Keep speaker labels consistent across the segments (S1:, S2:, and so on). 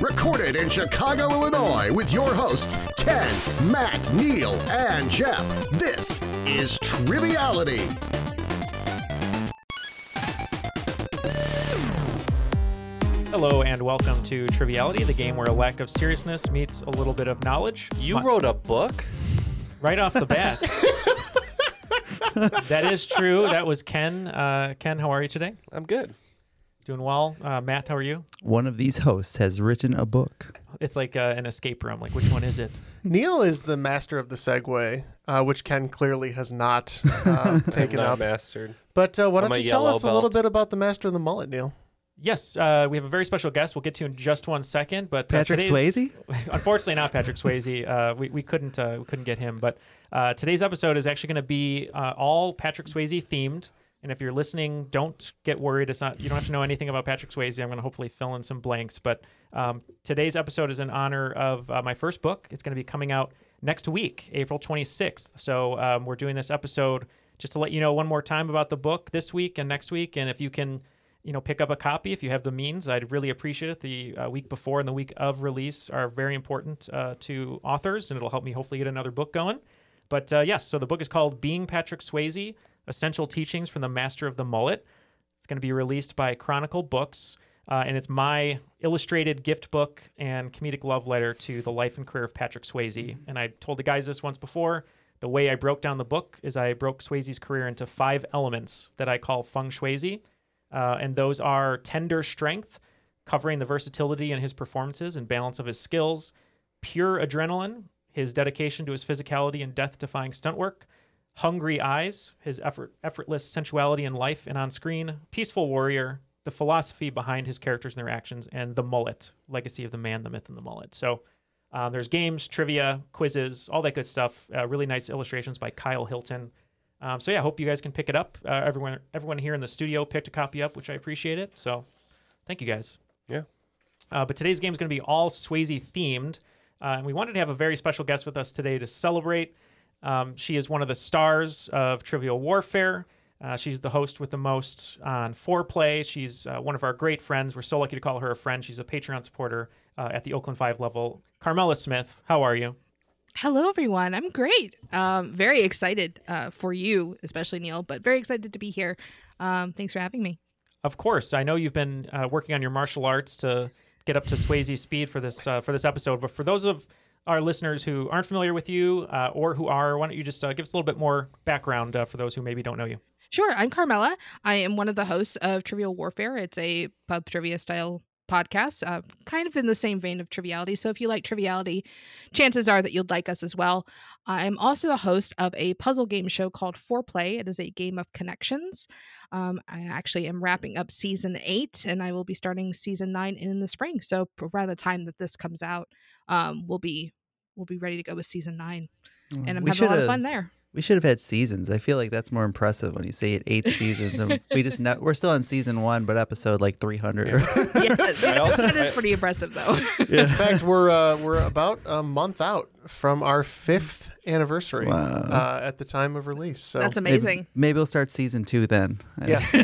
S1: Recorded in Chicago, Illinois, with your hosts, Ken, Matt, Neil, and Jeff. This is Triviality.
S2: Hello and welcome to Triviality, the game where a lack of seriousness meets a little bit of knowledge.
S3: You
S2: My-
S3: wrote a book?
S2: right off the bat. that is true. That was Ken. Uh, Ken, how are you today?
S3: I'm good.
S2: Doing well. Uh, Matt, how are you?
S4: One of these hosts has written a book.
S2: It's like uh, an escape room. Like, which one is it?
S5: Neil is the master of the segue, uh, which Ken clearly has not uh,
S3: Taken
S5: taken
S3: not
S5: up.
S3: mastered.
S5: But uh, why
S3: I'm
S5: don't
S3: a
S5: you tell
S3: yellow
S5: us a little
S3: belt.
S5: bit about the master of the mullet, Neil?
S2: Yes, uh, we have a very special guest. We'll get to in just one second. But uh,
S4: Patrick
S2: today's-
S4: Swayze?
S2: unfortunately, not Patrick Swayze. Uh, we, we couldn't uh, we couldn't get him. But uh, today's episode is actually going to be uh, all Patrick Swayze themed. And if you're listening, don't get worried. It's not you don't have to know anything about Patrick Swayze. I'm going to hopefully fill in some blanks. But um, today's episode is in honor of uh, my first book. It's going to be coming out next week, April 26th. So um, we're doing this episode just to let you know one more time about the book this week and next week. And if you can you know pick up a copy if you have the means i'd really appreciate it the uh, week before and the week of release are very important uh, to authors and it'll help me hopefully get another book going but uh, yes so the book is called being patrick swayze essential teachings from the master of the mullet it's going to be released by chronicle books uh, and it's my illustrated gift book and comedic love letter to the life and career of patrick swayze and i told the guys this once before the way i broke down the book is i broke swayze's career into five elements that i call feng shuizi uh, and those are tender strength, covering the versatility in his performances and balance of his skills, pure adrenaline, his dedication to his physicality and death-defying stunt work, hungry eyes, his effort, effortless sensuality in life and on screen, peaceful warrior, the philosophy behind his characters and their actions, and the mullet, legacy of the man, the myth, and the mullet. So. Uh, there's games, trivia, quizzes, all that good stuff. Uh, really nice illustrations by Kyle Hilton. Um, so yeah, I hope you guys can pick it up. Uh, everyone, everyone here in the studio picked a copy up, which I appreciate it. So, thank you guys.
S3: Yeah.
S2: Uh, but today's game is going to be all Swayze themed, uh, and we wanted to have a very special guest with us today to celebrate. Um, she is one of the stars of Trivial Warfare. Uh, she's the host with the most on Foreplay. She's uh, one of our great friends. We're so lucky to call her a friend. She's a Patreon supporter uh, at the Oakland Five level. Carmela Smith, how are you?
S6: Hello, everyone. I'm great. Um, very excited uh, for you, especially Neil, but very excited to be here. Um, thanks for having me.
S2: Of course, I know you've been uh, working on your martial arts to get up to Swayze speed for this uh, for this episode. But for those of our listeners who aren't familiar with you uh, or who are, why don't you just uh, give us a little bit more background uh, for those who maybe don't know you?
S6: Sure, I'm Carmela. I am one of the hosts of Trivial Warfare. It's a pub trivia style podcast, uh, kind of in the same vein of triviality. So if you like triviality, chances are that you'd like us as well. I'm also the host of a puzzle game show called Foreplay. It is a game of connections. Um, I actually am wrapping up season eight, and I will be starting season nine in the spring. So p- around the time that this comes out, um, we'll be we'll be ready to go with season nine, and I'm having a lot of
S4: should've-
S6: fun there.
S4: We should have had seasons. I feel like that's more impressive when you say it eight seasons. And we just know, we're still on season one, but episode like three hundred.
S6: yeah,
S3: I also-
S6: that is
S3: I-
S6: pretty impressive, though.
S5: In fact, we're uh, we're about a month out from our fifth anniversary
S4: Wow.
S5: uh, at the time of release. So
S6: That's amazing.
S4: Maybe, maybe we'll start season two then.
S5: Yes.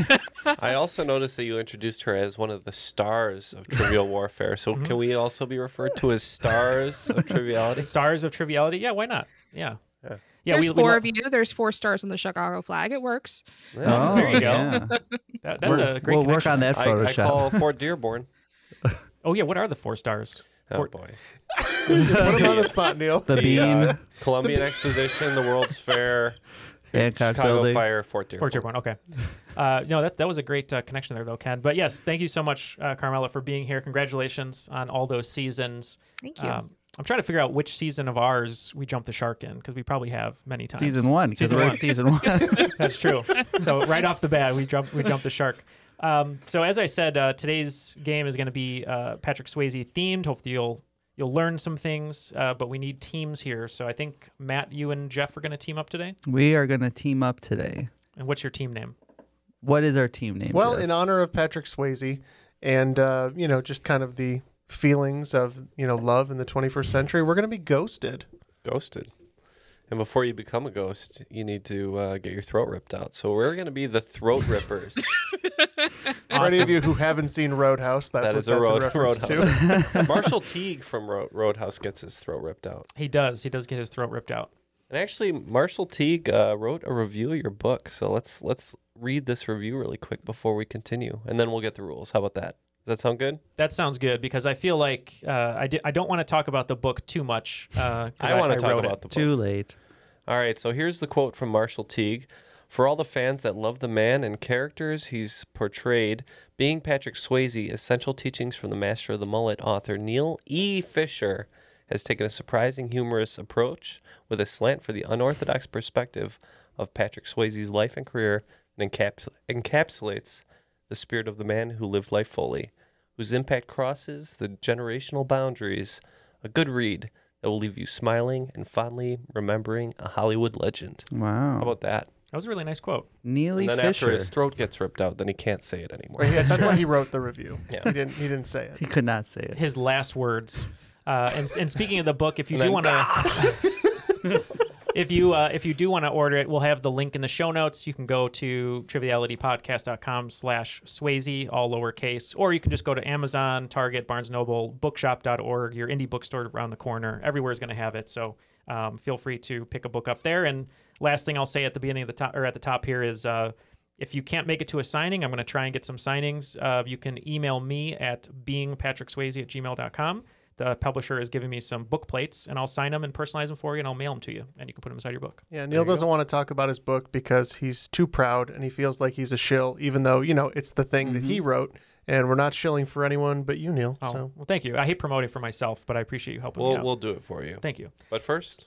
S3: I also noticed that you introduced her as one of the stars of Trivial Warfare. So can we also be referred to as stars of
S2: The
S3: Triviality?
S2: stars of Triviality? Yeah, why not? Yeah.
S3: Yeah.
S2: Yeah,
S6: there's
S2: we- we
S6: four
S2: lo-
S6: of you. There's four stars on the Chicago flag. It works.
S4: Oh,
S2: there you go.
S4: yeah.
S2: That- that's
S4: We're-
S2: a great.
S4: we'll work
S2: connection
S4: on
S2: there.
S4: that Photoshop.
S3: Fort Dearborn.
S2: oh yeah, what are the four stars?
S3: Oh,
S2: Fort-
S3: boy.
S5: Put him on the spot, Neil.
S4: The bean.
S3: uh, Columbian Exposition, the World's Fair,
S4: Hancock
S3: Chicago
S4: Building.
S3: Fire, Fort Dearborn.
S2: Fort Dearborn. Okay. Uh, no, that that was a great uh, connection there, though, Ken. But yes, thank you so much, uh, Carmela, for being here. Congratulations on all those seasons. Um,
S6: Thank you.
S2: I'm trying to figure out which season of ours we jumped the shark in because we probably have many times.
S4: Season one, 'cause we're in season one.
S2: That's true. So right off the bat, we jumped we jumped the shark. Um, so as I said, uh, today's game is going to be uh, Patrick Swayze themed. Hopefully you'll you'll learn some things. Uh, but we need teams here. So I think Matt, you and Jeff are going to team up today.
S4: We are going to team up today.
S2: And what's your team name?
S4: What is our team name?
S5: Well,
S4: Jeff?
S5: in honor of Patrick Swayze, and uh, you know, just kind of the feelings of you know love in the 21st century, we're going to be ghosted.
S3: Ghosted. And before you become a ghost, you need to uh, get your throat ripped out. So we're going to be the throat rippers.
S5: For any
S3: Awesome.
S5: of you who haven't seen Roadhouse, that's
S3: That
S5: what
S3: is
S5: that's a
S3: a road,
S5: reference to.
S3: roadhouse. Marshall Teague from Ro- Roadhouse gets his throat ripped out.
S2: He does. He does get his throat ripped out.
S3: And actually, Marshall Teague uh, wrote a review of your book. So let's let's read this review really quick before we continue, and then we'll get the rules. How about that? Does that sound good?
S2: That sounds good because I feel like uh, I, di- I don't want to talk about the book too much. Uh, 'cause
S3: I want to talk
S2: wrote it.
S3: about the book. Too
S4: late.
S3: All right, so here's the quote from Marshall Teague. For all the fans that love the man and characters he's portrayed, being Patrick Swayze, essential teachings from the master of the mullet author Neil E. Fisher has taken a surprising humorous approach with a slant for the unorthodox perspective of Patrick Swayze's life and career and encaps- encapsulates the spirit of the man who lived life fully, whose impact crosses the generational boundaries. A good read that will leave you smiling and fondly remembering a Hollywood legend.
S4: Wow.
S3: How about that?
S2: That was a really nice quote.
S4: Neely
S3: and then
S4: Fisher.
S3: after his throat gets ripped out, then he can't say it anymore.
S5: Right, yeah, that's why he wrote the review.
S3: Yeah.
S5: He didn't. He didn't say it.
S4: He could not say it.
S2: His last words. Uh, and, and speaking of the book, if you
S3: And
S2: do
S3: then-
S2: want to, if you uh, if you do want to order it, we'll have the link in the show notes. You can go to trivialitypodcast.com slash Swayze, all lowercase, or you can just go to Amazon, Target, Barnes Noble, bookshop.org, your indie bookstore around the corner. Everywhere is going to have it. So um, feel free to pick a book up there. And last thing I'll say at the beginning of the top or at the top here is. Uh, if you can't make it to a signing, I'm going to try and get some signings. Uh, you can email me at beingpatrickswayze at gmail.com. The publisher is giving me some book plates, and I'll sign them and personalize them for you, and I'll mail them to you, and you can put them inside your book.
S5: Yeah, Neil doesn't want to talk about his book because he's too proud and he feels like he's a shill, even though you know it's the thing that he wrote, and we're not shilling for anyone but you, Neil.
S2: Oh,
S5: So
S2: well, thank you. I hate promoting for myself, but I appreciate you helping me
S3: We'll,
S2: out.
S3: we'll do it for you.
S2: Thank you.
S3: But first,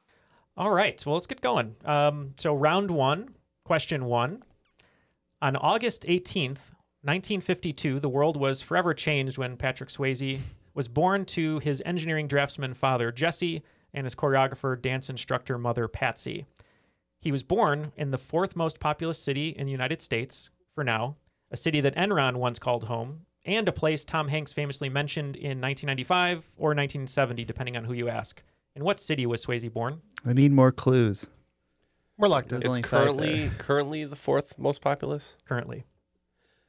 S2: All right. Well, let's get going. Um, so, round one, question one. On August 18th, 1952, the world was forever changed when Patrick Swayze was born to his engineering draftsman father, Jesse, and his choreographer, dance instructor, mother, Patsy. He was born in the fourth most populous city in the United States for now, a city that Enron once called home, and a place Tom Hanks famously mentioned in 1995 or 1970, depending on who you ask. In what city was Swayze born?
S4: I need more clues.
S5: we're locked in.
S4: There's only
S3: it's
S4: five
S3: currently
S4: there.
S3: currently the fourth most populous.
S2: currently.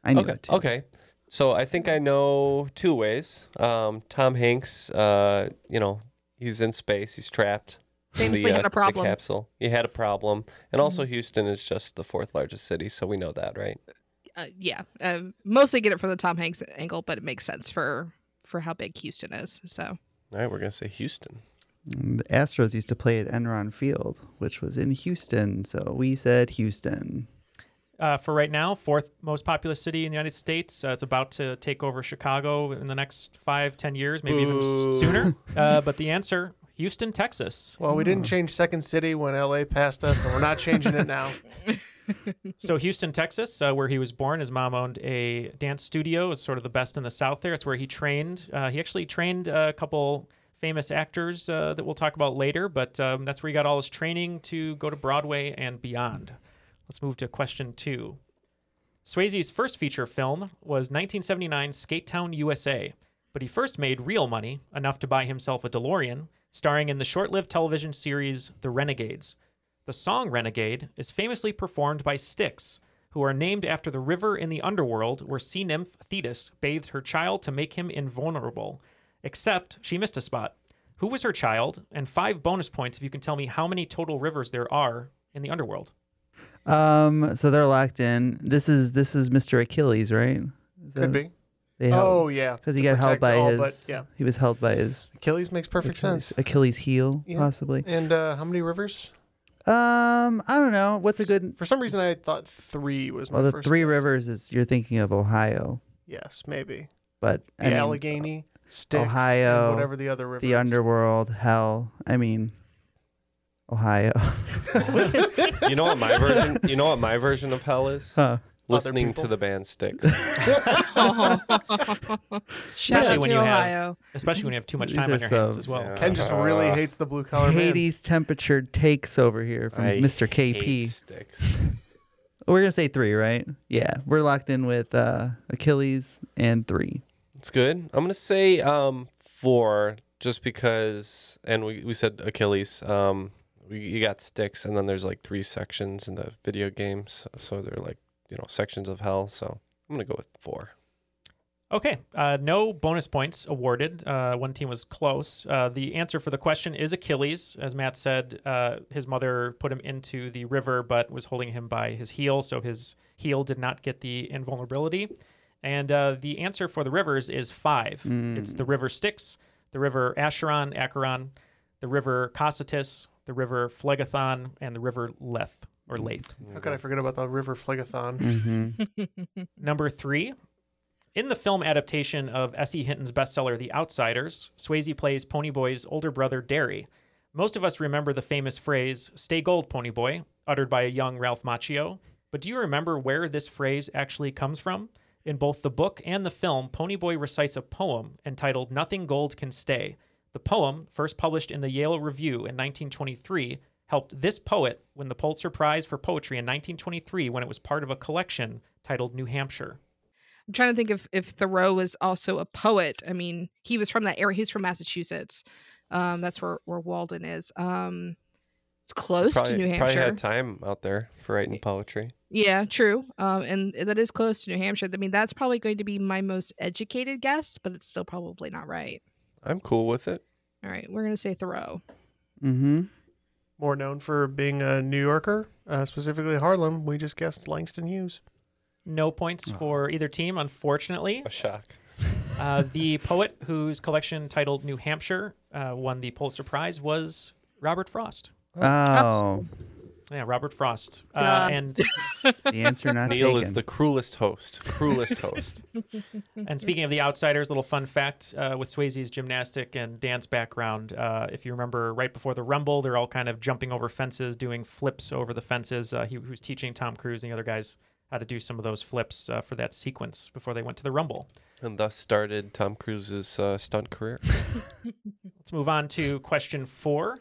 S4: I knew
S3: okay.
S4: it.
S3: Okay. So I think I know two ways. Um, Tom Hanks, uh, you know, he's in space. He's trapped. in
S6: Famously had a
S3: the
S6: problem. Mm-hmm.
S3: capsule. He had a problem, and also Houston is just the fourth largest city, so we know that, right?
S6: Uh, yeah, uh, mostly get it from the Tom Hanks angle, but it makes sense for for how big Houston is. So
S3: All right, we're gonna say Houston.
S4: And Mm, The Astros used to play at Enron Field, which was in Houston. So we said Houston.
S2: Uh, for right now, fourth most populous city in the United States. Uh, it's about to take over Chicago in the next five, ten years, maybe even
S3: Boo.
S2: s- sooner. Uh, but the answer, Houston, Texas.
S5: Well, we
S4: Hmm.
S5: didn't change Second City when LA passed us, and we're not changing it now.
S2: So Houston, Texas, uh, where he was born. His mom owned a dance studio. It's sort of the best in the South there. It's where he trained. Uh, he actually trained a couple famous actors uh, that we'll talk about later, but um, that's where he got all his training to go to Broadway and beyond. Let's move to question two. Swayze's first feature film was 1979's Skate Town, USA, but he first made real money, enough to buy himself a DeLorean, starring in the short lived television series The Renegades. The song Renegade is famously performed by Styx, who are named after the river in the underworld where sea nymph Thetis bathed her child to make him invulnerable. Except she missed a spot. Who was her child? And five bonus points if you can tell me how many total rivers there are in the underworld.
S4: Um, so they're locked in. This is this is Mr. Achilles, right? Is
S5: Could
S4: that-
S5: be.
S4: They held,
S5: Oh, yeah,
S4: because he
S5: to
S4: got held
S5: protect
S4: by
S5: all
S4: his.
S5: but- yeah.
S4: He was held by his
S5: Achilles makes perfect
S4: Achilles-
S5: sense.
S4: Achilles heel,
S5: Yeah.
S4: possibly.
S5: And uh, how many rivers?
S4: Um, I don't know. What's a good?
S5: For some reason, I thought three was my
S4: Well, the
S5: first.
S4: Three
S5: guess.
S4: Rivers is you're thinking of Ohio,
S5: Yes, maybe.
S4: but
S5: The
S4: I mean,
S5: Allegheny, Styx, and
S4: Ohio,
S5: whatever the other river.
S4: the underworld, hell. I mean, Ohio.
S3: you know what my version? You know what my version of hell is?
S4: Huh.
S3: Listening to
S5: people?
S3: the band Sticks.
S6: Shout out to Ohio.
S2: have, especially when you have too much
S4: These
S2: time
S4: are
S2: on your hands
S4: so-
S2: as well.
S5: Ken just really hates the blue collar man.
S4: Hades temperature takes over here from
S3: I
S4: Mr. KP.
S3: hate Styx.
S4: We're gonna say three, right? Yeah, we're locked in with uh, Achilles and three.
S3: It's good. I'm gonna say um four, just because. And we, we said Achilles. Um, we, you got sticks, and then there's like three sections in the video games, so they're like you know sections of hell. So I'm gonna go with four.
S2: Okay, uh, no bonus points awarded. Uh, one team was close. Uh, the answer for the question is Achilles. As Matt said, uh, his mother put him into the river but was holding him by his heel, so his heel did not get the invulnerability. And uh, the answer for the rivers is five
S4: Mm.
S2: it's the river Styx, the river Acheron, Acheron, the river Cocytus, the river Phlegethon, and the river Leth or Lath.
S5: How could I forget about the River Phlegathon?
S3: Mm-hmm.
S2: Number three, in the film adaptation of S.E. Hinton's bestseller The Outsiders, Swayze plays Ponyboy's older brother Derry. Most of us remember the famous phrase, stay gold, Ponyboy, uttered by a young Ralph Macchio. But do you remember where this phrase actually comes from? In both the book and the film, Ponyboy recites a poem entitled Nothing Gold Can Stay. The poem, first published in the Yale Review in 1923, helped this poet win the Pulitzer Prize for Poetry in 1923 when it was part of a collection titled New Hampshire.
S6: I'm trying to think if if Thoreau was also a poet. I mean, he was from that area. He's from Massachusetts. Um, that's where where Walden is. Um, it's close
S3: probably,
S6: to New
S3: Probably
S6: Hampshire.
S3: had time out there for writing poetry.
S6: Yeah, true. Um, and that is close to New Hampshire. I mean, that's probably going to be my most educated guess, but it's still probably not right.
S3: I'm cool with it.
S6: All right, we're gonna say Thoreau.
S4: Mm-hmm.
S5: More known for being a New Yorker, uh, specifically Harlem. We just guessed Langston Hughes.
S2: No points for either team, unfortunately.
S3: A shock.
S2: Uh, the poet whose collection titled New Hampshire uh, won the Pulitzer Prize was Robert Frost.
S4: Oh,
S2: Yeah, Robert Frost. Uh,
S6: Uh.
S2: And
S4: the answer not
S3: Neil
S4: taken.
S3: is the cruelest host. Cruelest host.
S2: and speaking of the outsiders, little fun fact uh, with Swayze's gymnastic and dance background. Uh, if you remember, right before the Rumble, they're all kind of jumping over fences, doing flips over the fences. Uh, he, he was teaching Tom Cruise and the other guys how to do some of those flips uh, for that sequence before they went to the Rumble.
S3: And thus started Tom Cruise's uh, stunt career.
S2: Let's move on to question four.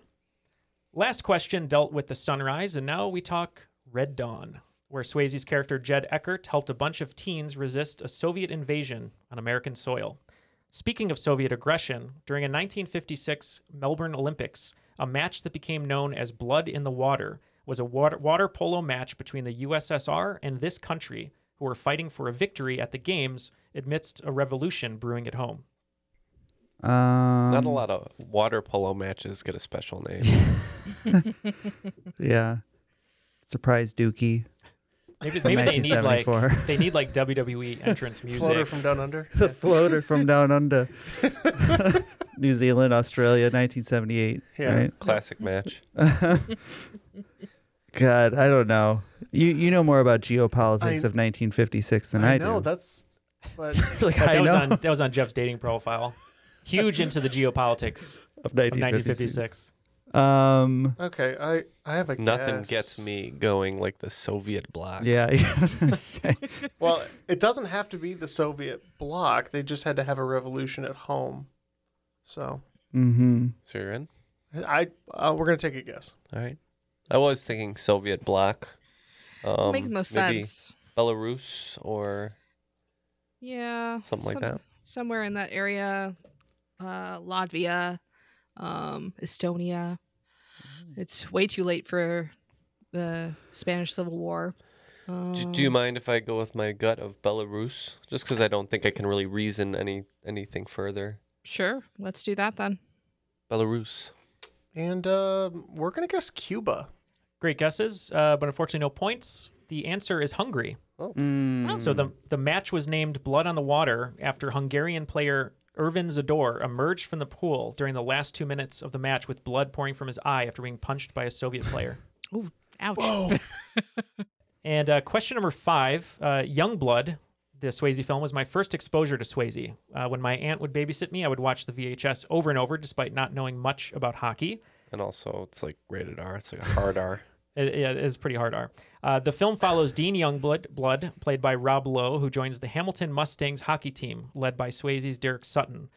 S2: Last question dealt with the sunrise, and now we talk Red Dawn, where Swayze's character Jed Eckert helped a bunch of teens resist a Soviet invasion on American soil. Speaking of Soviet aggression, during a 1956 Melbourne Olympics, a match that became known as Blood in the Water was a water, water polo match between the USSR and this country, who were fighting for a victory at the Games amidst a revolution brewing at home.
S4: um,
S3: Not a lot of water polo matches get a special name.
S4: Yeah. Surprise Dookie.
S2: Maybe,
S4: From
S2: maybe they need like
S4: 1974.
S2: they need like WWE entrance music.
S5: Floater from Down Under.
S4: The floater from down under. New Zealand, Australia, 1978.
S5: Yeah.
S4: Right?
S3: Classic match.
S4: God, I don't know. You you know more about geopolitics
S5: I-
S4: of 1956 than I,
S5: I know
S4: do.
S5: that's. But
S4: like,
S2: But
S4: I
S2: that was
S4: know
S2: on that was on Jeff's dating profile. Huge into the geopolitics
S4: of
S2: of
S4: 1956.
S2: 1956.
S4: Um,
S5: okay, I I have a
S3: Nothing
S5: guess.
S3: gets me going like the Soviet bloc.
S4: yeah, I was gonna say.
S5: Well, it doesn't have to be the Soviet bloc. They just had to have a revolution at home. So
S4: Mm-hmm.
S3: So you're in.
S5: I uh, we're gonna take a guess.
S3: All right. I was thinking Soviet bloc. Um,
S6: Makes most
S3: maybe
S6: sense.
S3: Belarus or
S6: Yeah.
S3: Something like that.
S6: Somewhere in that area. Uh, Latvia, um, Estonia. It's way too late for the Spanish Civil War.
S3: Do,
S6: Um,
S3: do you mind if I go with my gut of Belarus? Just because I don't think I can really reason any anything further.
S6: Sure. Let's do that then.
S3: Belarus.
S5: And um we're gonna guess Cuba.
S2: Great guesses, uh, but unfortunately, no points. The answer is Hungary.
S3: Oh.
S2: So the the match was named Blood on the Water after Hungarian player Irvin Zador emerged from the pool during the last two minutes of the match with blood pouring from his eye after being punched by a Soviet player.
S6: Ooh, ouch.
S2: And uh, question number five uh, Youngblood, the Swayze film, was my first exposure to Swayze. Uh, when my aunt would babysit me, I would watch the VHS over and over despite not knowing much about hockey.
S3: And also, it's like rated R. It's like a hard R.
S2: It, yeah, it is pretty hard R. Uh, the film follows Dean Youngblood, blood, played by Rob Lowe, who joins the Hamilton Mustangs hockey team, led by Swayze's Derek Sutton.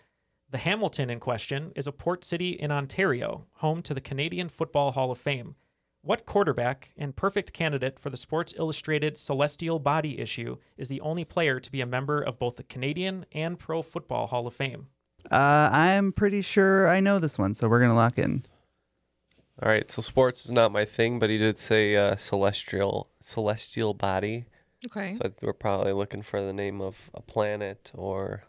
S2: The Hamilton in question is a port city in Ontario, home to the Canadian Football Hall of Fame. What quarterback and perfect candidate for the Sports Illustrated Celestial Body issue is the only player to be a member of both the Canadian and Pro Football Hall of Fame?
S4: Uh, I'm pretty sure I know this one, so we're gonna lock in.
S3: All right. So sports is not my thing, but he did say uh, celestial celestial body.
S6: Okay.
S3: So I th- we're probably looking for the name of a planet or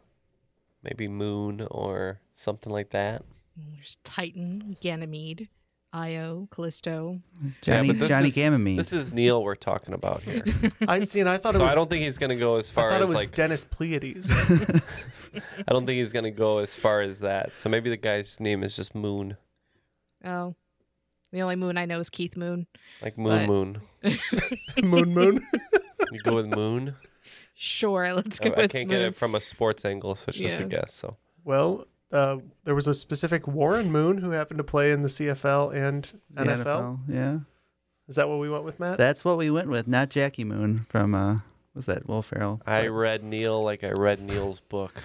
S3: maybe moon or something like that.
S6: There's Titan, Ganymede, Io, Callisto.
S4: Johnny-
S3: but this
S4: Johnny
S3: is-
S4: Gamamine.
S3: This is Neil we're talking about here.
S5: I see, and I thought
S3: so
S5: it was.
S3: I don't think he's gonna go as
S5: I
S3: far
S5: thought
S3: as
S5: it was
S3: like
S5: Dennis Pleiades.
S3: I don't think he's gonna go as far as that. So maybe the guy's name is just Moon,
S6: Oh. The only moon I know is Keith Moon.
S3: like Moon
S6: But-
S3: Moon.
S5: moon Moon.
S3: You go with Moon. Oh,
S6: Sure, let's
S3: I,
S6: go
S3: I
S6: with
S3: can't
S6: moon.
S3: get it from a sports angle, so it's just a
S6: Yeah.
S3: guess. So
S5: well, uh, there was a specific Warren Moon who happened to play in the CFL and
S4: The
S5: NFL.
S4: yeah.
S5: Is that what we went with, Matt?
S4: That's what we went with, not Jackie Moon from uh, was that Will Ferrell?
S3: I read Neil like I read Neil's book.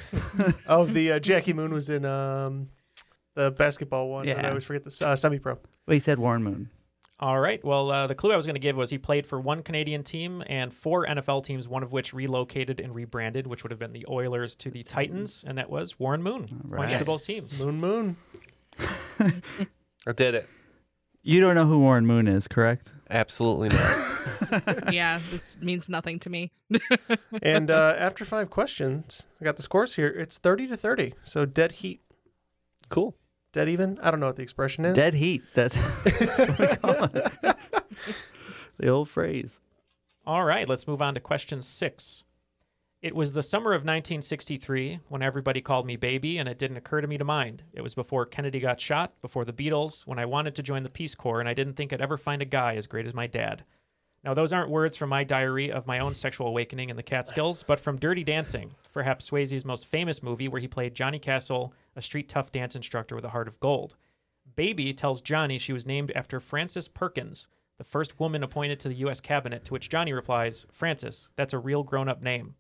S5: oh, the uh, Jackie Moon was in um, the basketball one. and I
S2: Yeah.
S5: always forget the uh, semi-pro.
S4: Well, he said Warren Moon.
S2: All right. Well, uh, the clue I was going to give was he played for one Canadian team and four NFL teams, one of which relocated and rebranded, which would have been the Oilers to the Titans, and that was Warren Moon. Points to
S4: right.
S2: both teams.
S5: Moon Moon.
S3: I did it.
S4: You don't know who Warren Moon is, correct?
S3: Absolutely not.
S6: yeah, this means nothing to me.
S5: and uh, after five questions, I got the scores here. It's thirty to thirty, so dead heat,
S3: cool.
S5: dead even. I don't know what the expression is.
S4: Dead heat. That's, that's what we call it. the old phrase.
S2: All right. Let's move on to question six. It was the summer of 1963 when everybody called me baby, and it didn't occur to me to mind. It was before Kennedy got shot, before the Beatles, when I wanted to join the Peace Corps, and I didn't think I'd ever find a guy as great as my dad. Now, those aren't words from my diary of my own sexual awakening in the Catskills, but from Dirty Dancing, perhaps Swayze's most famous movie, where he played Johnny Castle, a street tough dance instructor with a heart of gold. Baby tells Johnny she was named after Frances Perkins, the first woman appointed to the U.S. cabinet, to which Johnny replies, Frances, that's a real grown up name.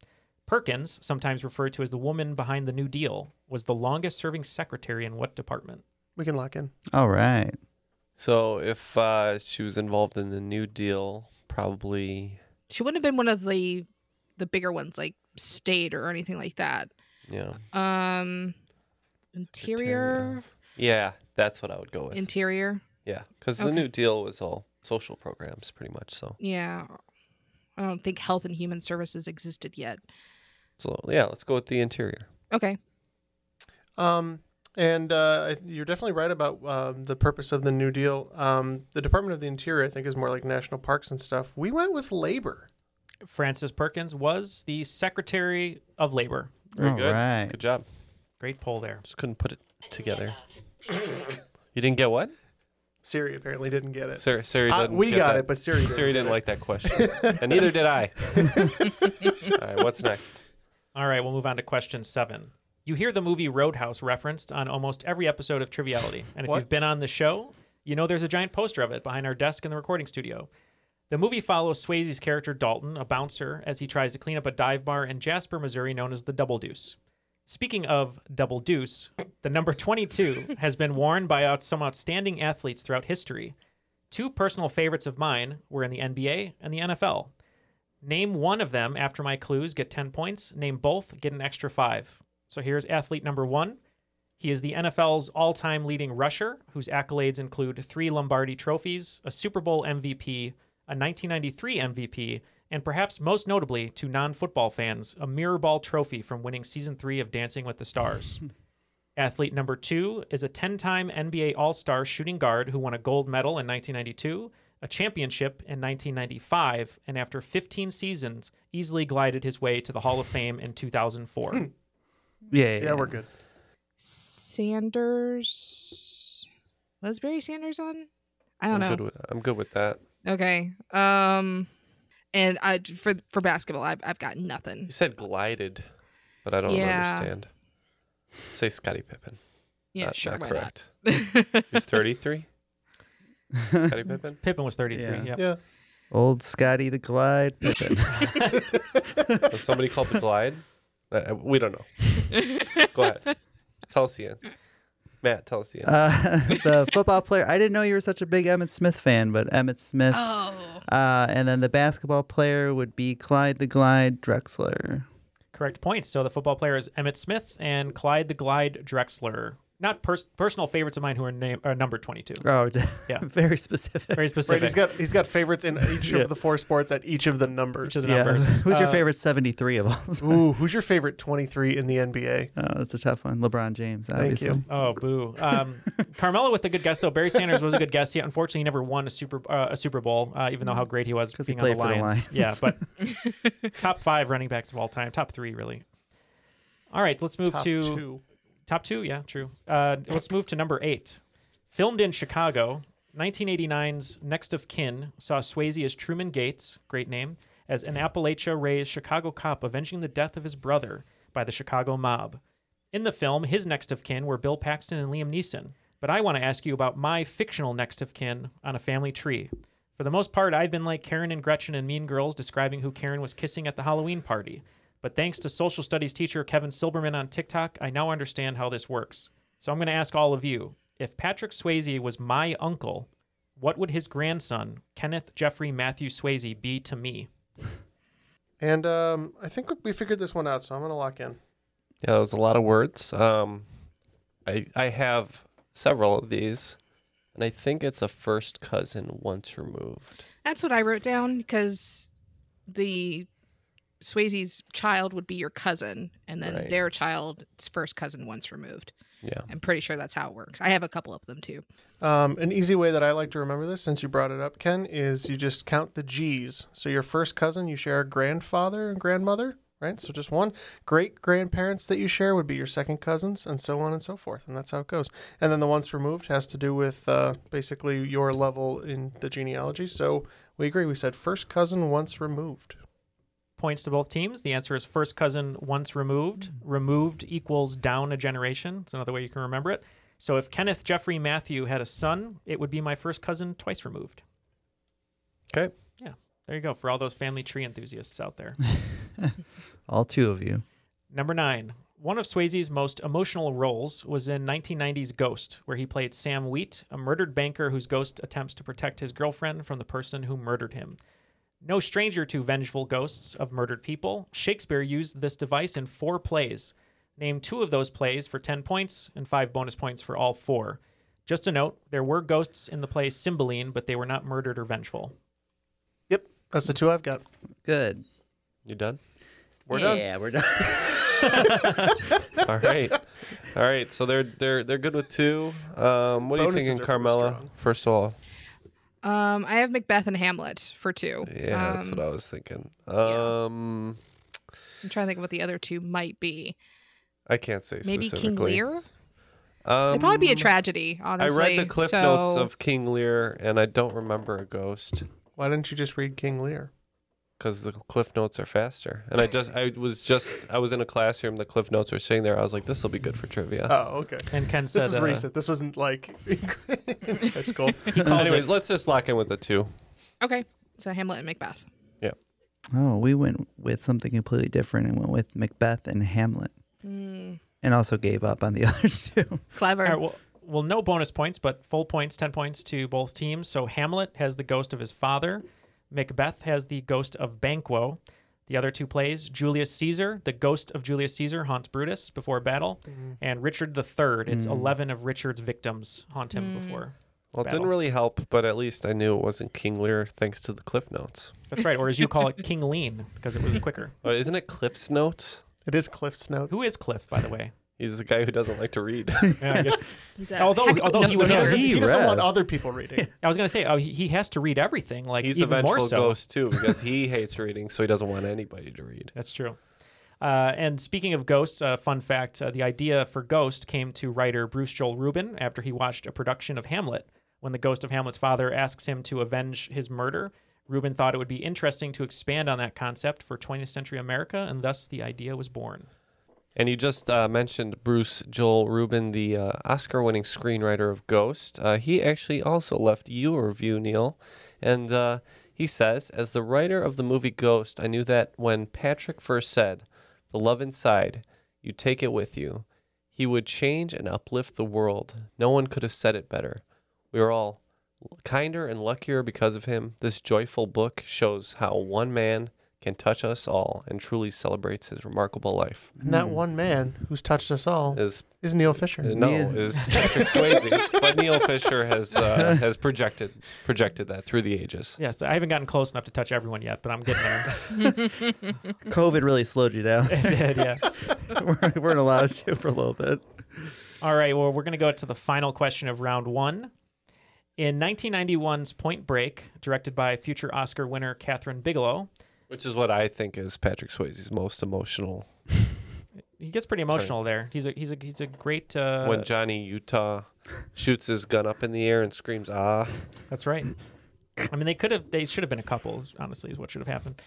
S2: Perkins, sometimes referred to as the woman behind the New Deal, was the longest serving secretary in what department?
S5: We can lock in.
S4: All right.
S3: So if uh, she was involved in the New Deal, probably
S6: She wouldn't have been one of the the bigger ones like state or anything like that.
S3: yeah,
S6: Um interior
S3: yeah. That's what I would go with.
S6: interior.
S3: Yeah, because the
S6: Okay.
S3: New Deal was all social programs, pretty much. So,
S6: Yeah. I don't think health and human services existed yet.
S3: so yeah, let's go with the interior.
S6: Okay.
S5: Um, and uh, I- you're definitely right about um, the purpose of the New Deal. Um, the Department of the Interior, I think, is more like national parks and stuff. We went with labor.
S2: Frances Perkins was the Secretary of Labor.
S3: Very
S4: All
S3: good.
S4: right.
S3: Good job.
S2: Great poll there.
S3: Just couldn't put it together. you didn't get what?
S5: Siri apparently didn't get it.
S3: Siri, Siri
S5: Uh,
S3: didn't.
S5: we
S3: get
S5: got
S3: that-
S5: it, but Siri didn't
S3: Siri
S5: get
S3: didn't
S5: it.
S3: like that question, and neither did I. all right, what's next?
S2: All right, we'll move on to question seven. You hear the movie Roadhouse referenced on almost every episode of Triviality. And if
S5: What?
S2: you've been on the show, you know there's a giant poster of it behind our desk in the recording studio. The movie follows Swayze's character Dalton, a bouncer, as he tries to clean up a dive bar in Jasper, Missouri known as the Double Deuce. Speaking of double deuce, the number 22 has been worn by out some outstanding athletes throughout history. Two personal favorites of mine were in the NBA and the NFL. Name one of them after my clues, get 10 points. Name both, get an extra five. So here's athlete number one. He is the NFL's all time leading rusher, whose accolades include three Lombardi trophies, a Super Bowl MVP, a 1993 MVP, and perhaps most notably to non football fans, a mirror ball trophy from winning season three of Dancing with the Stars. Athlete number two is a 10 time NBA All Star shooting guard who won a gold medal in 1992, a championship in 1995, and after 15 seasons, easily glided his way to the Hall of Fame in
S4: Hmm.
S2: 2004.
S4: Yeah, yeah,
S5: we're good.
S6: Sanders. Was Barry Sanders on? I don't
S3: I'm
S6: know.
S3: Good with, I'm good with that.
S6: Okay. Um, and I for for basketball, I've I've got nothing.
S3: You said glided, but I don't
S6: Yeah.
S3: understand. Say Scottie Pippen.
S6: Yeah,
S3: Not-
S6: sure,
S3: not
S6: why
S3: correct.
S6: not?
S3: He's 33. Scottie Pippen.
S2: Pippen was 33.
S4: Yeah.
S2: Yep.
S5: Yeah.
S4: Old Scotty the Glide Pippen.
S3: Was somebody called the glide? Uh, we don't know. Go ahead. Tell us the answer. Matt, tell us the answer.
S4: Uh, the football player. I didn't know you were such a big Emmett Smith fan, but Emmett Smith.
S6: Oh.
S4: Uh, and then the basketball player would be Clyde the Glide Drexler.
S2: Correct points. So the football player is Emmett Smith and Clyde the Glide Drexler. Not pers- personal favorites of mine who are, name- are number 22.
S4: Oh, d-
S2: Yeah.
S4: very specific.
S2: Very
S5: Right,
S2: specific.
S5: he's got he's got favorites in each
S4: Yeah.
S5: of the four sports at each of the numbers.
S2: Each of the
S4: Yeah.
S2: numbers.
S4: Who's your
S2: Uh,
S4: favorite 73 of all?
S5: Ooh, who's your favorite 23 in the NBA?
S4: Oh, that's a tough one. LeBron James,
S5: Thank
S4: obviously.
S5: you.
S2: Oh, boo. Um, Carmelo with a good guess, though. Barry Sanders was a good guess. He unfortunately never won a Super uh, a Super Bowl, uh, even though how great he was
S4: 'Cause he
S2: being on the
S4: played for the
S2: Lions.
S4: Lions.
S2: Yeah, but top five running backs of all time, top three, really. All right, let's move
S5: Top
S2: to
S5: two.
S2: top two. Yeah, true. Uh, let's move to number eight. Filmed in Chicago, 1989's Next of Kin saw Swayze as Truman Gates, great name, as an Appalachia raised Chicago cop avenging the death of his brother by the Chicago mob. In the film, his next of kin were Bill Paxton and Liam Neeson, but I want to ask you about my fictional next of kin on a family tree. For the most part, I've been like Karen and Gretchen and Mean Girls describing who Karen was kissing at the Halloween party. But thanks to social studies teacher Kevin Silberman on TikTok, I now understand how this works. So I'm going to ask all of you if Patrick Swayze was my uncle, what would his grandson, Kenneth Jeffrey Matthew Swayze, be to me?
S5: And um, I think we figured this one out, so I'm gonna lock in.
S3: Yeah, that was a lot of words. Um, I I have several of these, and I think it's a first cousin once removed.
S6: That's what I wrote down because the Swayze's child would be your cousin, and then
S3: Right.
S6: their child's first cousin once removed.
S3: Yeah.
S6: I'm pretty sure that's how it works. I have a couple of them too.
S5: Um, an easy way that I like to remember this, since you brought it up, Ken, is you just count the G's. So your first cousin, you share a grandfather and grandmother, right? So just one. Great grandparents that you share would be your second cousins, and so on and so forth. And that's how it goes. And then the once removed has to do with uh, basically your level in the genealogy. So we agree. We said first cousin once removed.
S2: Points to both teams. The answer is first cousin once removed. Removed equals down a generation. It's another way you can remember it. So if Kenneth Jeffrey Matthew had a son, it would be my first cousin twice removed.
S3: Okay.
S2: Yeah. There you go for all those family tree enthusiasts out there.
S4: All two of you.
S2: Number nine. One of Swayze's most emotional roles was in 1990's Ghost, where he played Sam Wheat, a murdered banker whose ghost attempts to protect his girlfriend from the person who murdered him. No stranger to vengeful ghosts of murdered people, Shakespeare used this device in four plays. Name two of those plays for 10 points and five bonus points for all four. Just a note, there were ghosts in the play Cymbeline, but they were not murdered or vengeful.
S5: Yep, that's the two I've got.
S4: Good.
S3: You done?
S5: We're
S4: yeah,
S5: done.
S4: we're done.
S3: All right. All right. So they're they're they're good with two. Um, what are
S5: Bonuses
S3: you
S5: are
S3: thinking,
S5: from
S3: Carmela?
S5: strong.
S3: First of all,
S6: Um, I have Macbeth and Hamlet for two.
S3: yeah, that's
S6: Um,
S3: what I was thinking. Um,
S6: I'm trying to think of what the other two might be.
S3: I can't say
S6: Maybe King
S3: specifically.
S6: Lear.
S3: Um,
S6: It'd probably be a tragedy, honestly.
S3: I read the cliff
S6: so...
S3: notes of King Lear, and I don't remember a ghost
S5: Why didn't you just read King Lear?
S3: because the cliff notes are faster. And I just, I was just, I was in a classroom. The cliff notes were sitting there. I was like, this will be good for trivia.
S5: Oh, okay.
S2: And Ken
S5: This
S2: said,
S5: is
S2: uh,
S5: recent. This wasn't like high school.
S2: he calls
S3: Anyways,
S2: it
S3: let's just lock in with the two.
S6: Okay, so Hamlet and Macbeth.
S3: Yeah.
S4: Oh, we went with something completely different and went with Macbeth and Hamlet.
S6: Mm,
S4: and also gave up on the other two.
S6: Clever.
S2: All right, well, well, no bonus points, but full points, 10 points to both teams. So Hamlet has the ghost of his father, Macbeth has the ghost of Banquo. The other two plays Julius Caesar, the ghost of Julius Caesar haunts Brutus before battle, and Richard III. It's
S3: Mm.
S2: 11 of Richard's victims haunt him before.
S3: Well, it
S2: battle.
S3: didn't really help, but at least I knew it wasn't King Lear thanks to the Cliff Notes.
S2: That's right, or as you call it, King Lean, because it was quicker.
S3: Uh, isn't it Cliff's Notes?
S5: It is Cliff's Notes.
S2: Who is Cliff, by the way?
S3: He's the guy who doesn't like to read.
S2: Yeah, I guess.
S6: He's a-
S2: although, although he,
S5: No,
S2: was,
S5: he doesn't- he doesn't want
S3: read.
S5: other people reading.
S2: I was gonna say, oh, he, he has to read everything, like
S3: He's a
S2: even more
S3: vengeful
S2: so.
S3: ghost too because he hates reading, so he doesn't want anybody to read.
S2: That's true. Uh, and speaking of ghosts, uh, fun fact: uh, the idea for Ghost came to writer Bruce Joel Rubin after he watched a production of Hamlet. When the ghost of Hamlet's father asks him to avenge his murder, Rubin thought it would be interesting to expand on that concept for 20th century America, and thus the idea was born.
S3: And you just uh, mentioned Bruce Joel Rubin, the uh, Oscar winning screenwriter of Ghost. Uh, he actually also left you a review, Neil. And uh, he says, As the writer of the movie Ghost, I knew that when Patrick first said, The love inside, you take it with you, he would change and uplift the world. No one could have said it better. We are all kinder and luckier because of him. This joyful book shows how one man can touch us all and truly celebrates his remarkable life
S5: And that one man who's touched us all
S3: is
S5: is Neil Fisher.
S3: uh, no, is Patrick Swayze, but Neil Fisher has uh, has projected projected that through the ages.
S2: Yes, I haven't gotten close enough to touch everyone yet, but I'm getting there.
S4: COVID really slowed you down.
S2: It did, yeah.
S4: we weren't allowed to for a little bit.
S2: All right, well, we're going to go to the final question of round one. In 1991's Point Break, directed by future Oscar winner Catherine Bigelow,
S3: Which is what I think is Patrick Swayze's most emotional.
S2: he gets pretty emotional there. He's a he's a he's a great. Uh,
S3: when Johnny Utah shoots his gun up in the air and screams "Ah!"
S2: That's right. I mean, they could have, they should have been a couple, is- honestly, is what should have happened.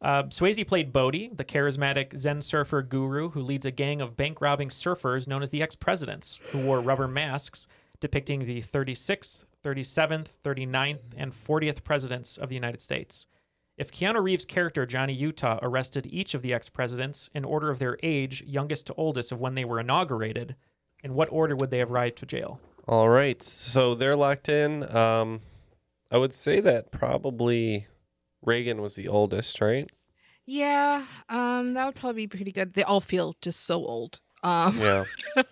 S2: Uh, Swayze played Bodhi, the charismatic Zen surfer guru who leads a gang of bank robbing surfers known as the ex presidents, who wore rubber masks depicting the 36th, 37th, 39th, and 40th presidents of the United States. If Keanu Reeves' character, Johnny Utah, arrested each of the ex presidents in order of their age, youngest to oldest, of when they were inaugurated, in what order would they have arrived to jail?
S3: All right, so they're locked in. Um, I would say that probably Reagan was the oldest, right?
S6: Yeah, um, that would probably be pretty good. They all feel just so old. Um, Uh,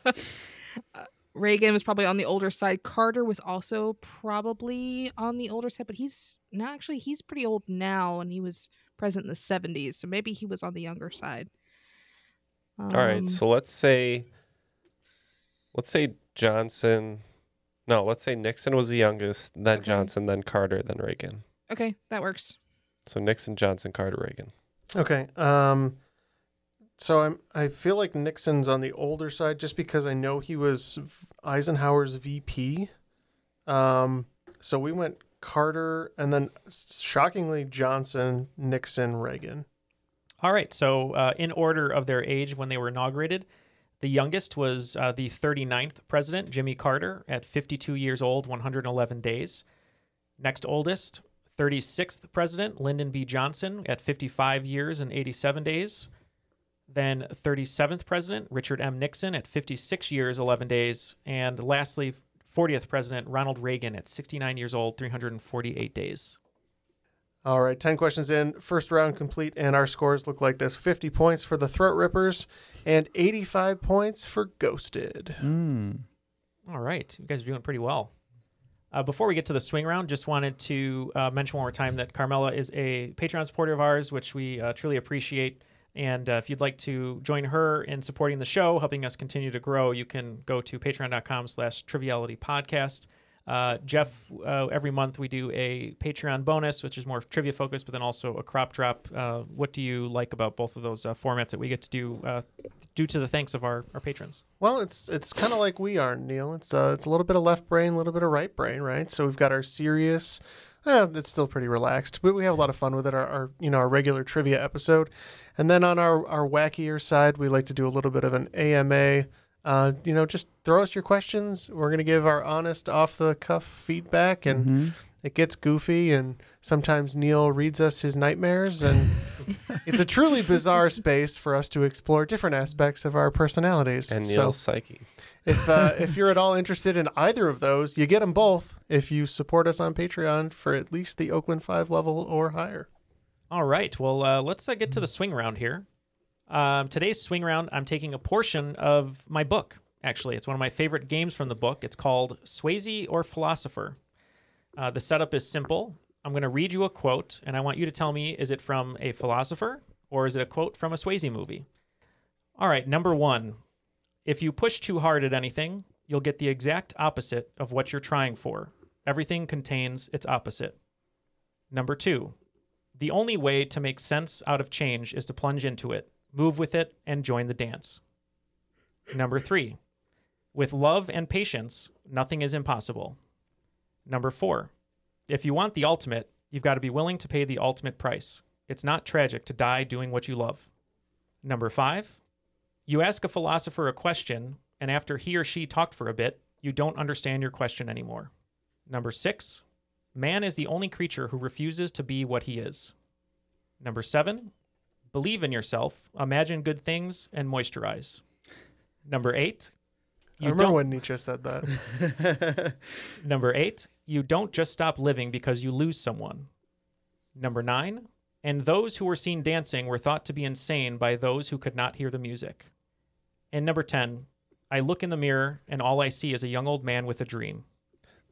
S3: Yeah.
S6: Reagan was probably on the older side. Carter was also probably on the older side, but he's no, actually he's pretty old now, and he was present in the seventies, so maybe he was on the younger side.
S3: All
S6: Um,
S3: right, so let's say, let's say Johnson. No, let's say Nixon was the youngest, then Johnson, then Carter, then Reagan.
S6: okay, that works.
S3: So Nixon, Johnson, Carter, Reagan.
S5: Okay. Um so I'm I feel like Nixon's on the older side just because I know he was v- Eisenhower's VP. Um so we went Carter and then s- shockingly Johnson, Nixon, Reagan.
S2: All right. So, uh, in order of their age when they were inaugurated, the youngest was uh, the 39th president, Jimmy Carter, at 52 years old, 111 days. Next oldest, 36th president, Lyndon B. Johnson, at 55 years and 87 days. Then 37th president, Richard M. Nixon, at 56 years, 11 days. And lastly, 40th president, Ronald Reagan, at 69 years old, 348 days.
S5: All right, 10 questions in, first round complete, and our scores look like this 50 points for the Throat Rippers and 85 points for Ghosted.
S4: Hmm.
S2: All right, you guys are doing pretty well. Uh, before we get to the swing round, just wanted to uh, mention one more time that Carmela is a Patreon supporter of ours, which we uh, truly appreciate. And uh, if you'd like to join her in supporting the show, helping us continue to grow, you can go to patreon.com slash triviality podcast. Uh, Jeff, uh, every month we do a Patreon bonus, which is more trivia focused, but then also a crop drop. Uh, what do you like about both of those uh, formats that we get to do uh, due to the thanks of our, our patrons?
S5: Well, it's it's kind of like we are, Neil. It's uh, it's a little bit of left brain, a little bit of right brain, right? So we've got our serious. Uh, it's still pretty relaxed, but we have a lot of fun with it. Our, our you know our regular trivia episode, and then on our our wackier side, we like to do a little bit of an AMA. Uh, you know, just throw us your questions. We're gonna give our honest, off the cuff feedback, and It gets goofy, and sometimes Neil reads us his nightmares, and it's a truly bizarre space for us to explore different aspects of our personalities.
S3: And
S5: So-
S3: Neil's psyche.
S5: if uh, if you're at all interested in either of those, you get them both if you support us on Patreon for at least the Oakland Five level or higher.
S2: All right. Well, uh, let's uh, get to the swing round here. Um, today's swing round, I'm taking a portion of my book. Actually, it's one of my favorite games from the book. It's called Swayze or Philosopher. Uh, the setup is simple. I'm going to read you a quote, and I want you to tell me is it from a philosopher or is it a quote from a Swayze movie? All right. Number one if you push too hard at anything, you'll get the exact opposite of what you're trying for. Everything contains its opposite. Number two, the only way to make sense out of change is to plunge into it, move with it, and join the dance. Number three, with love and patience, nothing is impossible. Number four, if you want the ultimate, you've got to be willing to pay the ultimate price. It's not tragic to die doing what you love. Number five, you ask a philosopher a question, and after he or she talked for a bit, you don't understand your question anymore. Number six, man is the only creature who refuses to be what he is. Number seven, believe in yourself, imagine good things, and moisturize. Number eight,
S5: I remember when Nietzsche said that.
S2: Number eight, you don't just stop living because you lose someone. Number nine, and those who were seen dancing were thought to be insane by those who could not hear the music. And number 10, I look in the mirror and all I see is a young old man with a dream.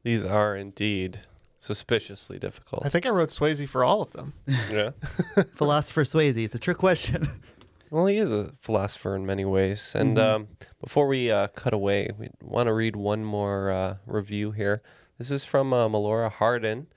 S3: These are indeed suspiciously difficult.
S5: I think I wrote Swayze for all of them.
S3: Yeah.
S4: Philosopher Swayze. It's a trick question.
S3: Well, he is a philosopher in many ways. And
S4: Mhm.
S5: Mm-hmm.
S3: um, before we uh, cut away, we want to read one more uh, review here. This is from uh, Melora Hardin,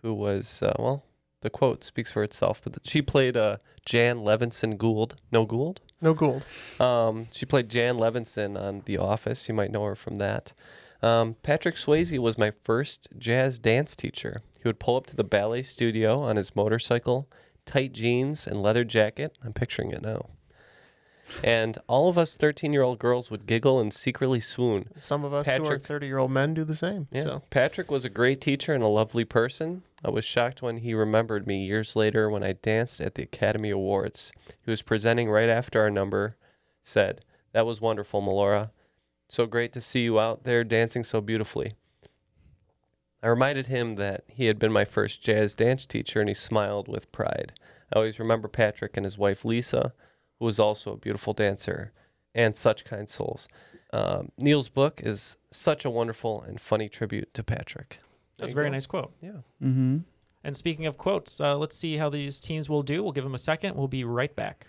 S3: who was, uh, well, the quote speaks for itself, but she played uh, Jan Levinson Gould. No Gould?
S5: No Gould.
S3: Um, she played Jan Levinson on The Office. You might know her from that. Um, Patrick Swayze was my first jazz dance teacher. He would pull up to the ballet studio on his motorcycle, tight jeans, and leather jacket. I'm picturing it now. And all of us 13 year old girls would giggle and secretly swoon.
S5: Some of us who are
S3: Patrick-
S5: 30 year old men do the same.
S3: Yeah.
S5: So
S3: Patrick was a great teacher and a lovely person. I was shocked when he remembered me years later when I danced at the Academy Awards. He was presenting right after our number said, That was wonderful, Melora. So great to see you out there dancing so beautifully. I reminded him that he had been my first jazz dance teacher and he smiled with pride. I always remember Patrick and his wife Lisa, who was also a beautiful dancer and such kind souls. Um, Neil's book is such a wonderful and funny tribute to Patrick.
S2: That's a very nice quote.
S3: Yeah.
S4: Mm-hmm.
S2: And speaking of quotes, uh, let's see how these teams will do. We'll give them a second. We'll be right back.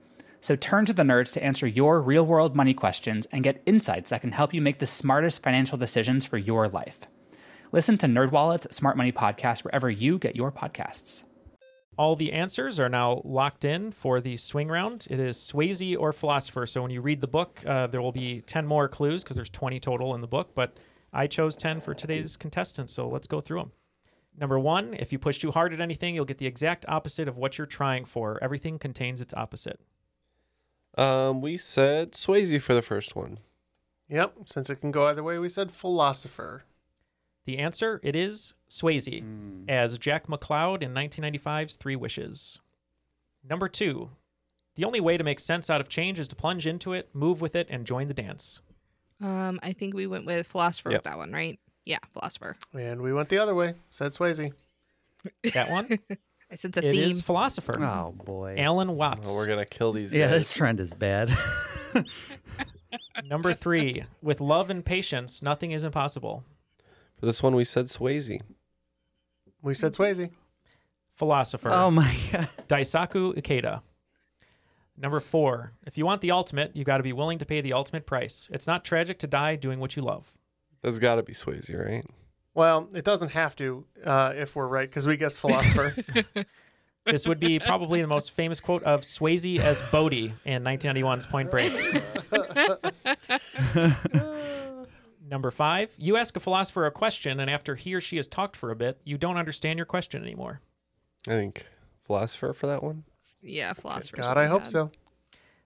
S7: So turn to the nerds to answer your real world money questions and get insights that can help you make the smartest financial decisions for your life. Listen to NerdWallet's Smart Money Podcast wherever you get your podcasts.
S2: All the answers are now locked in for the swing round. It is Swayze or philosopher. So when you read the book, uh, there will be 10 more clues because there's 20 total in the book. But I chose 10 for today's contestants. So let's go through them. Number one, if you push too hard at anything, you'll get the exact opposite of what you're trying for. Everything contains its opposite.
S3: Um, we said Swayze for the first one.
S5: Yep, since it can go either way, we said philosopher.
S2: The answer it is Swayze
S4: Hmm.
S2: as Jack McLeod in 1995's Three Wishes. Number two, the only way to make sense out of change is to plunge into it, move with it, and join the dance.
S6: Um, I think we went with philosopher
S2: Yep.
S6: with that one, right? Yeah, philosopher.
S5: And we went the other way, said Swayze.
S2: That one?
S6: I sense a
S2: It
S6: theme.
S2: is philosopher.
S4: Oh, boy.
S2: Alan Watts.
S3: Oh, we're gonna kill these
S4: Yeah,
S3: guys.
S4: this trend is bad.
S2: Number three, with love and patience, nothing is impossible.
S3: For this one, we said Swayze.
S5: We said Swayze.
S2: Philosopher.
S4: Oh my
S2: god. Daisaku Ikeda. Number four, if you want the ultimate, you got to be willing to pay the ultimate price. It's not tragic to die doing what you love.
S3: That's got to be Swayze, right?
S5: Well, it doesn't have to uh, if we're right, because we guessed philosopher.
S2: This would be probably the most famous quote of Swayze as Bodhi in 1991's Point Break. Number five, you ask a philosopher a question, and after he or she has talked for a bit, you don't understand your question anymore.
S3: I think philosopher for that one.
S6: yeah, philosopher.
S5: God, I hope so.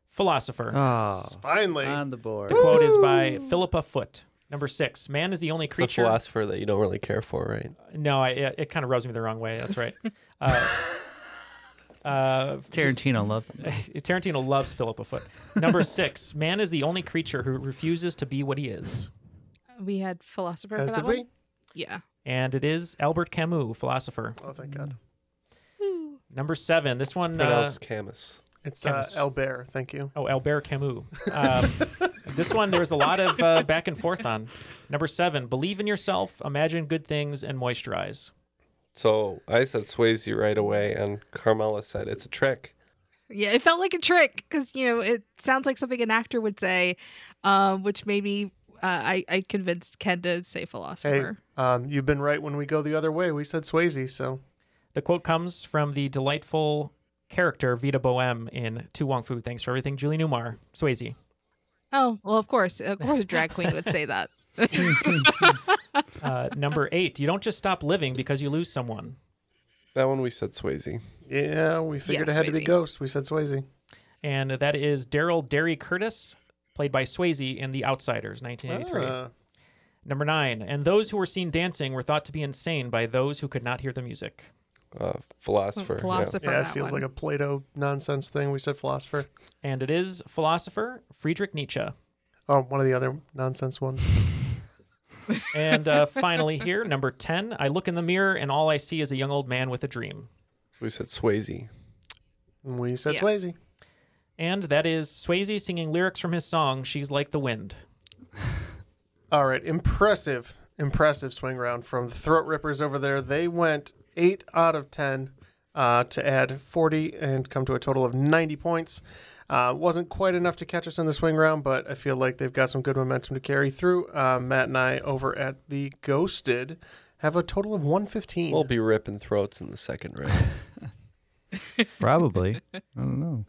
S2: Philosopher.
S3: Oh,
S5: Finally.
S4: On the board.
S2: The quote is by Philippa Foot. Number six, man is the only
S3: It's a
S2: creature.
S3: philosopher that you don't really care for, right?
S2: No, I, it, it kind of rubs me the wrong way. That's right. Uh, uh,
S4: Tarantino loves him.
S2: Tarantino loves Philippa Foot. Number six, man is the only creature who refuses to be what he is.
S6: We had philosopher
S5: As
S6: for that
S5: did we.
S6: one. Yeah.
S2: And it is Albert Camus, philosopher.
S5: Oh, thank God.
S2: Number seven, this one. Uh,
S3: Pronounced Camus.
S5: It's uh,
S2: Camus.
S5: Albert. Thank you.
S2: oh, Albert Camus. Um, this one, there was a lot of uh, back and forth on. Number seven, believe in yourself, imagine good things, and moisturize.
S3: So I said Swayze right away, and Carmela said it's a trick.
S6: Yeah, it felt like a trick because you know it sounds like something an actor would say, um, which maybe uh, I I convinced Ken to say
S5: Hey,
S6: philosopher.
S5: um, you've been right when we go the other way. We said Swayze, so
S2: The quote comes from the delightful character Vita Bohem in Tu Wong Fu. Thanks for everything, Julie Newmar, Swayze.
S6: Oh well, of course, of course, a drag queen would say that.
S2: Uh, number eight, you don't just stop living because you lose someone.
S3: That one we said Swayze.
S5: yeah, we figured
S6: Yeah,
S5: it had to be
S6: Swayze.
S5: Ghost. We said Swayze.
S2: And that is Daryl Derry Curtis, played by Swayze in The Outsiders, 1983.
S5: Ah.
S2: Number nine, and those who were seen dancing were thought to be insane by those who could not hear the music.
S3: Uh, philosopher. yeah.
S6: philosopher.
S5: yeah, it
S6: that
S5: feels
S6: one.
S5: like a Plato nonsense thing. We said philosopher.
S2: And it is philosopher Friedrich Nietzsche.
S5: Oh, one of the other nonsense ones.
S2: And uh, finally, here, number 10, I look in the mirror and all I see is a young old man with a dream.
S3: We said Swayze.
S5: And we said
S6: Yeah.
S5: Swayze.
S2: And that is Swayze singing lyrics from his song, She's Like the Wind.
S5: All right, impressive, impressive swing round from the Throat Rippers over there. They went eight out of ten uh, to add forty and come to a total of ninety points. Uh, wasn't quite enough to catch us in the swing round, but I feel like they've got some good momentum to carry through. Uh, Matt and I over at the Ghosted have a total of one fifteen.
S3: We'll be ripping throats in the second round.
S4: Probably. I don't know.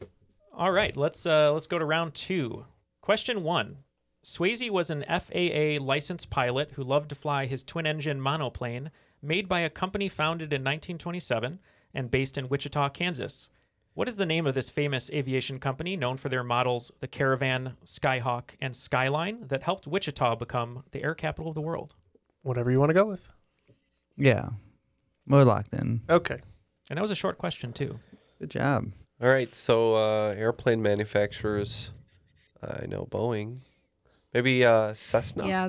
S2: All right, let's uh, let's go to round two. Question one: Swayze was an FAA licensed pilot who loved to fly his twin-engine monoplane, made by a company founded in 1927 and based in Wichita, Kansas. What is the name of this famous aviation company known for their models, the Caravan, Skyhawk, and Skyline, that helped Wichita become the air capital of the world?
S5: Whatever you want to go with.
S4: Yeah. We're locked in.
S5: Okay.
S2: And that was a short question too.
S4: Good job.
S3: All right, so uh, airplane manufacturers. I know Boeing. Maybe uh, Cessna.
S6: Yeah,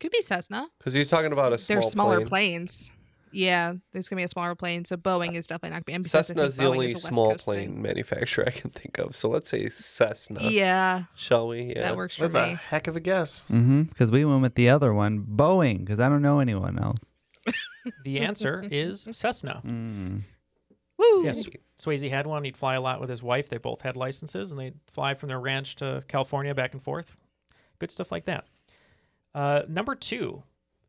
S6: could be Cessna.
S3: Because he's talking about a small
S6: They're smaller
S3: plane.
S6: planes. Yeah, there's gonna be a smaller plane. So Boeing is definitely not gonna be. And because I
S3: Cessna is
S6: think
S3: the
S6: Boeing
S3: only
S6: is a West
S3: small
S6: Coast
S3: plane
S6: thing.
S3: manufacturer I can think of. So let's say Cessna.
S6: Yeah,
S3: Shall we? Yeah.
S6: that works for
S5: That's
S6: me.
S5: a heck of a guess.
S4: Mm-hmm. Because we went with the other one, Boeing, because I don't know anyone else.
S2: The answer is Cessna.
S4: Mm.
S6: Woo!
S2: Yes, Swayze had one. He'd fly a lot with his wife. They both had licenses, and they'd fly from their ranch to California back and forth. Good stuff like that. Uh, number two,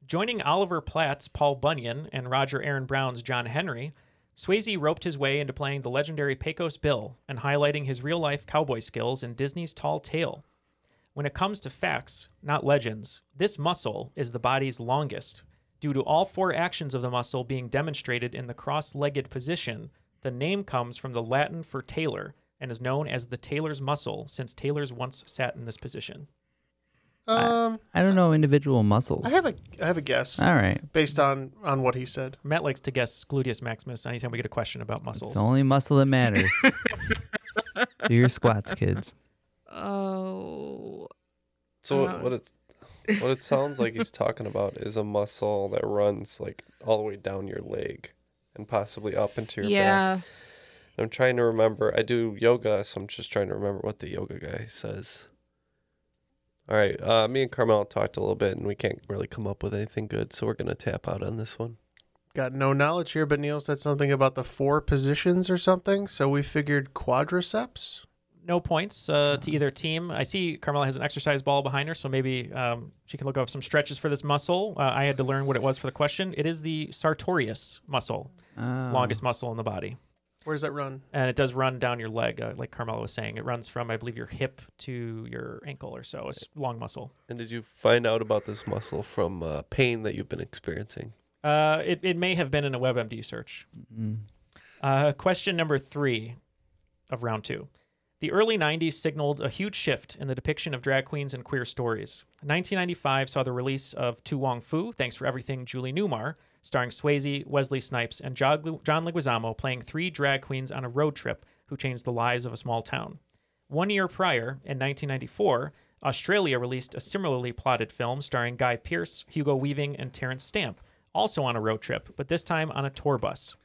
S2: joining Oliver Platt's Paul Bunyan and Roger Aaron Brown's John Henry, Swayze roped his way into playing the legendary Pecos Bill and highlighting his real life cowboy skills in Disney's Tall Tale. When it comes to facts, not legends, this muscle is the body's longest. Due to all four actions of the muscle being demonstrated in the cross legged position, the name comes from the Latin for tailor, and is known as the Taylor's muscle since Taylor's once sat in this position.
S5: Um,
S4: I don't know individual muscles.
S5: I have a I have a guess.
S4: All right.
S5: Based on on what he said.
S2: Matt likes to guess gluteus maximus anytime we get a question about muscles.
S4: It's the only muscle that matters. Do your squats, kids.
S6: Oh.
S3: So
S6: Uh,
S3: what what it's what it sounds like he's talking about is a muscle that runs like all the way down your leg and possibly up into your
S6: Yeah.
S3: back. And I'm trying to remember. I do yoga, so I'm just trying to remember what the yoga guy says. All right, uh, me and Carmel talked a little bit, and we can't really come up with anything good, so we're gonna tap out on this one.
S5: Got no knowledge here, but Neil said something about the four positions or something. So we figured quadriceps.
S2: No points uh, to either team. I see Carmela has an exercise ball behind her, so maybe um, she can look up some stretches for this muscle. Uh, I had to learn what it was for the question. It is the sartorius muscle,
S4: Oh.
S2: longest muscle in the body.
S5: Where does that run?
S2: and it does run down your leg, uh, like Carmelo was saying. It runs from, I believe, your hip to your ankle or so. It's long muscle.
S3: And did you find out about this muscle from uh, pain that you've been experiencing?
S2: Uh, it, it may have been in a WebMD search. Uh, question number three of round two. The early 90s signaled a huge shift in the depiction of drag queens and queer stories. 1995 saw the release of Tu Wong Fu, Thanks for Everything, Julie Newmar, starring Swayze, Wesley Snipes, and Jog- John Leguizamo playing three drag queens on a road trip who changed the lives of a small town. One year prior, in 1994, Australia released a similarly plotted film starring Guy Pearce, Hugo Weaving, and Terrence Stamp, also on a road trip, but this time on a tour bus.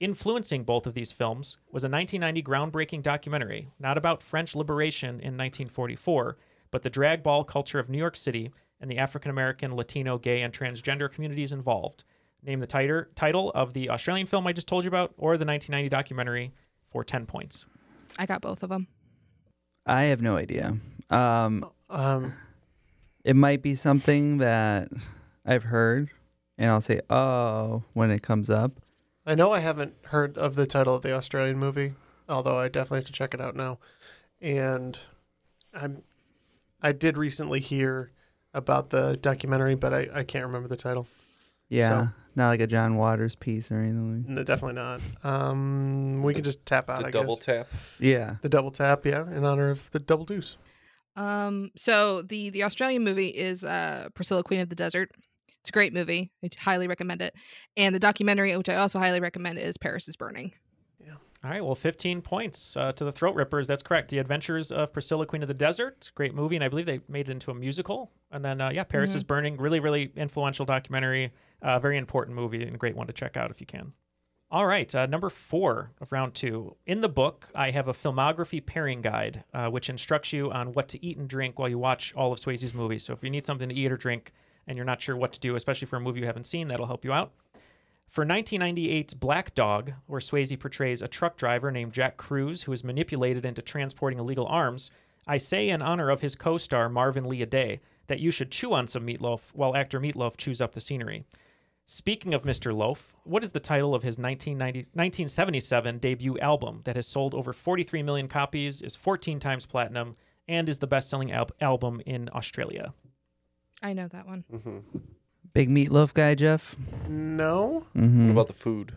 S2: Influencing both of these films was a 1990 groundbreaking documentary, not about French liberation in 1944, but the drag ball culture of New York City and the African American, Latino, gay, and transgender communities involved. Name the titer- title of the Australian film I just told you about or the 1990 documentary for 10 points.
S6: I got both of them.
S4: I have no idea. Um,
S5: um,
S4: it might be something that I've heard, and I'll say "oh" when it comes up.
S5: I know I haven't heard of the title of the Australian movie, although I definitely have to check it out now. And I'm I did recently hear about the documentary, but I, I can't remember the title.
S4: Yeah,
S5: So-
S4: not like a John Waters piece or anything.
S5: No, definitely not. Um, we could just tap out.
S3: the
S5: I
S3: double
S5: guess.
S3: tap?
S4: Yeah.
S5: the double tap. Yeah, in honor of the double deuce.
S6: Um, so the the Australian movie is uh Priscilla Queen of the Desert. It's a great movie. I highly recommend it. And the documentary, which I also highly recommend, is Paris is Burning.
S2: All right, well, 15 points uh, to the Throat Rippers. That's correct. The Adventures of Priscilla, Queen of the Desert. Great movie, and I believe they made it into a musical. And then, uh, yeah, Paris is
S6: Mhm.
S2: Burning. Really, really influential documentary. Uh, very important movie and a great one to check out if you can. All right, uh, number four of round two. In the book, I have a filmography pairing guide, uh, which instructs you on what to eat and drink while you watch all of Swayze's movies. So if you need something to eat or drink and you're not sure what to do, especially for a movie you haven't seen, that'll help you out. For 1998's Black Dog, where Swayze portrays a truck driver named Jack Cruz who is manipulated into transporting illegal arms, I say in honor of his co star Marvin Lee Day that you should chew on some meatloaf while actor Meatloaf chews up the scenery. Speaking of Mr. Loaf, what is the title of his 1990, 1977 debut album that has sold over 43 million copies, is 14 times platinum, and is the best selling al- album in Australia?
S6: I know that one.
S4: Big meatloaf guy, Jeff.
S5: No,
S4: Mhm.
S3: What about the food?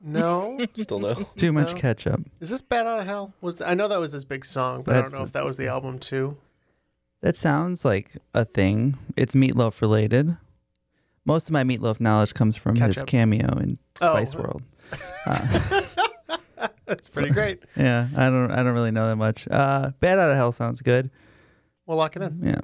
S5: no.
S3: Still no.
S4: Too much
S5: No.
S4: ketchup.
S5: Is this Bad Out of Hell? Was the, I know that was his big song, but I
S4: That's
S5: don't know
S4: the-
S5: if that was the album too.
S4: That sounds like a thing. It's meatloaf related. Most of my meatloaf knowledge comes from his
S5: Ketchup.
S4: cameo in
S5: Oh.
S4: Spice World. Uh,
S5: That's pretty great.
S4: yeah, I don't, I don't really know that much. Uh, Bad out of hell sounds good.
S5: We'll lock it in.
S4: Yeah.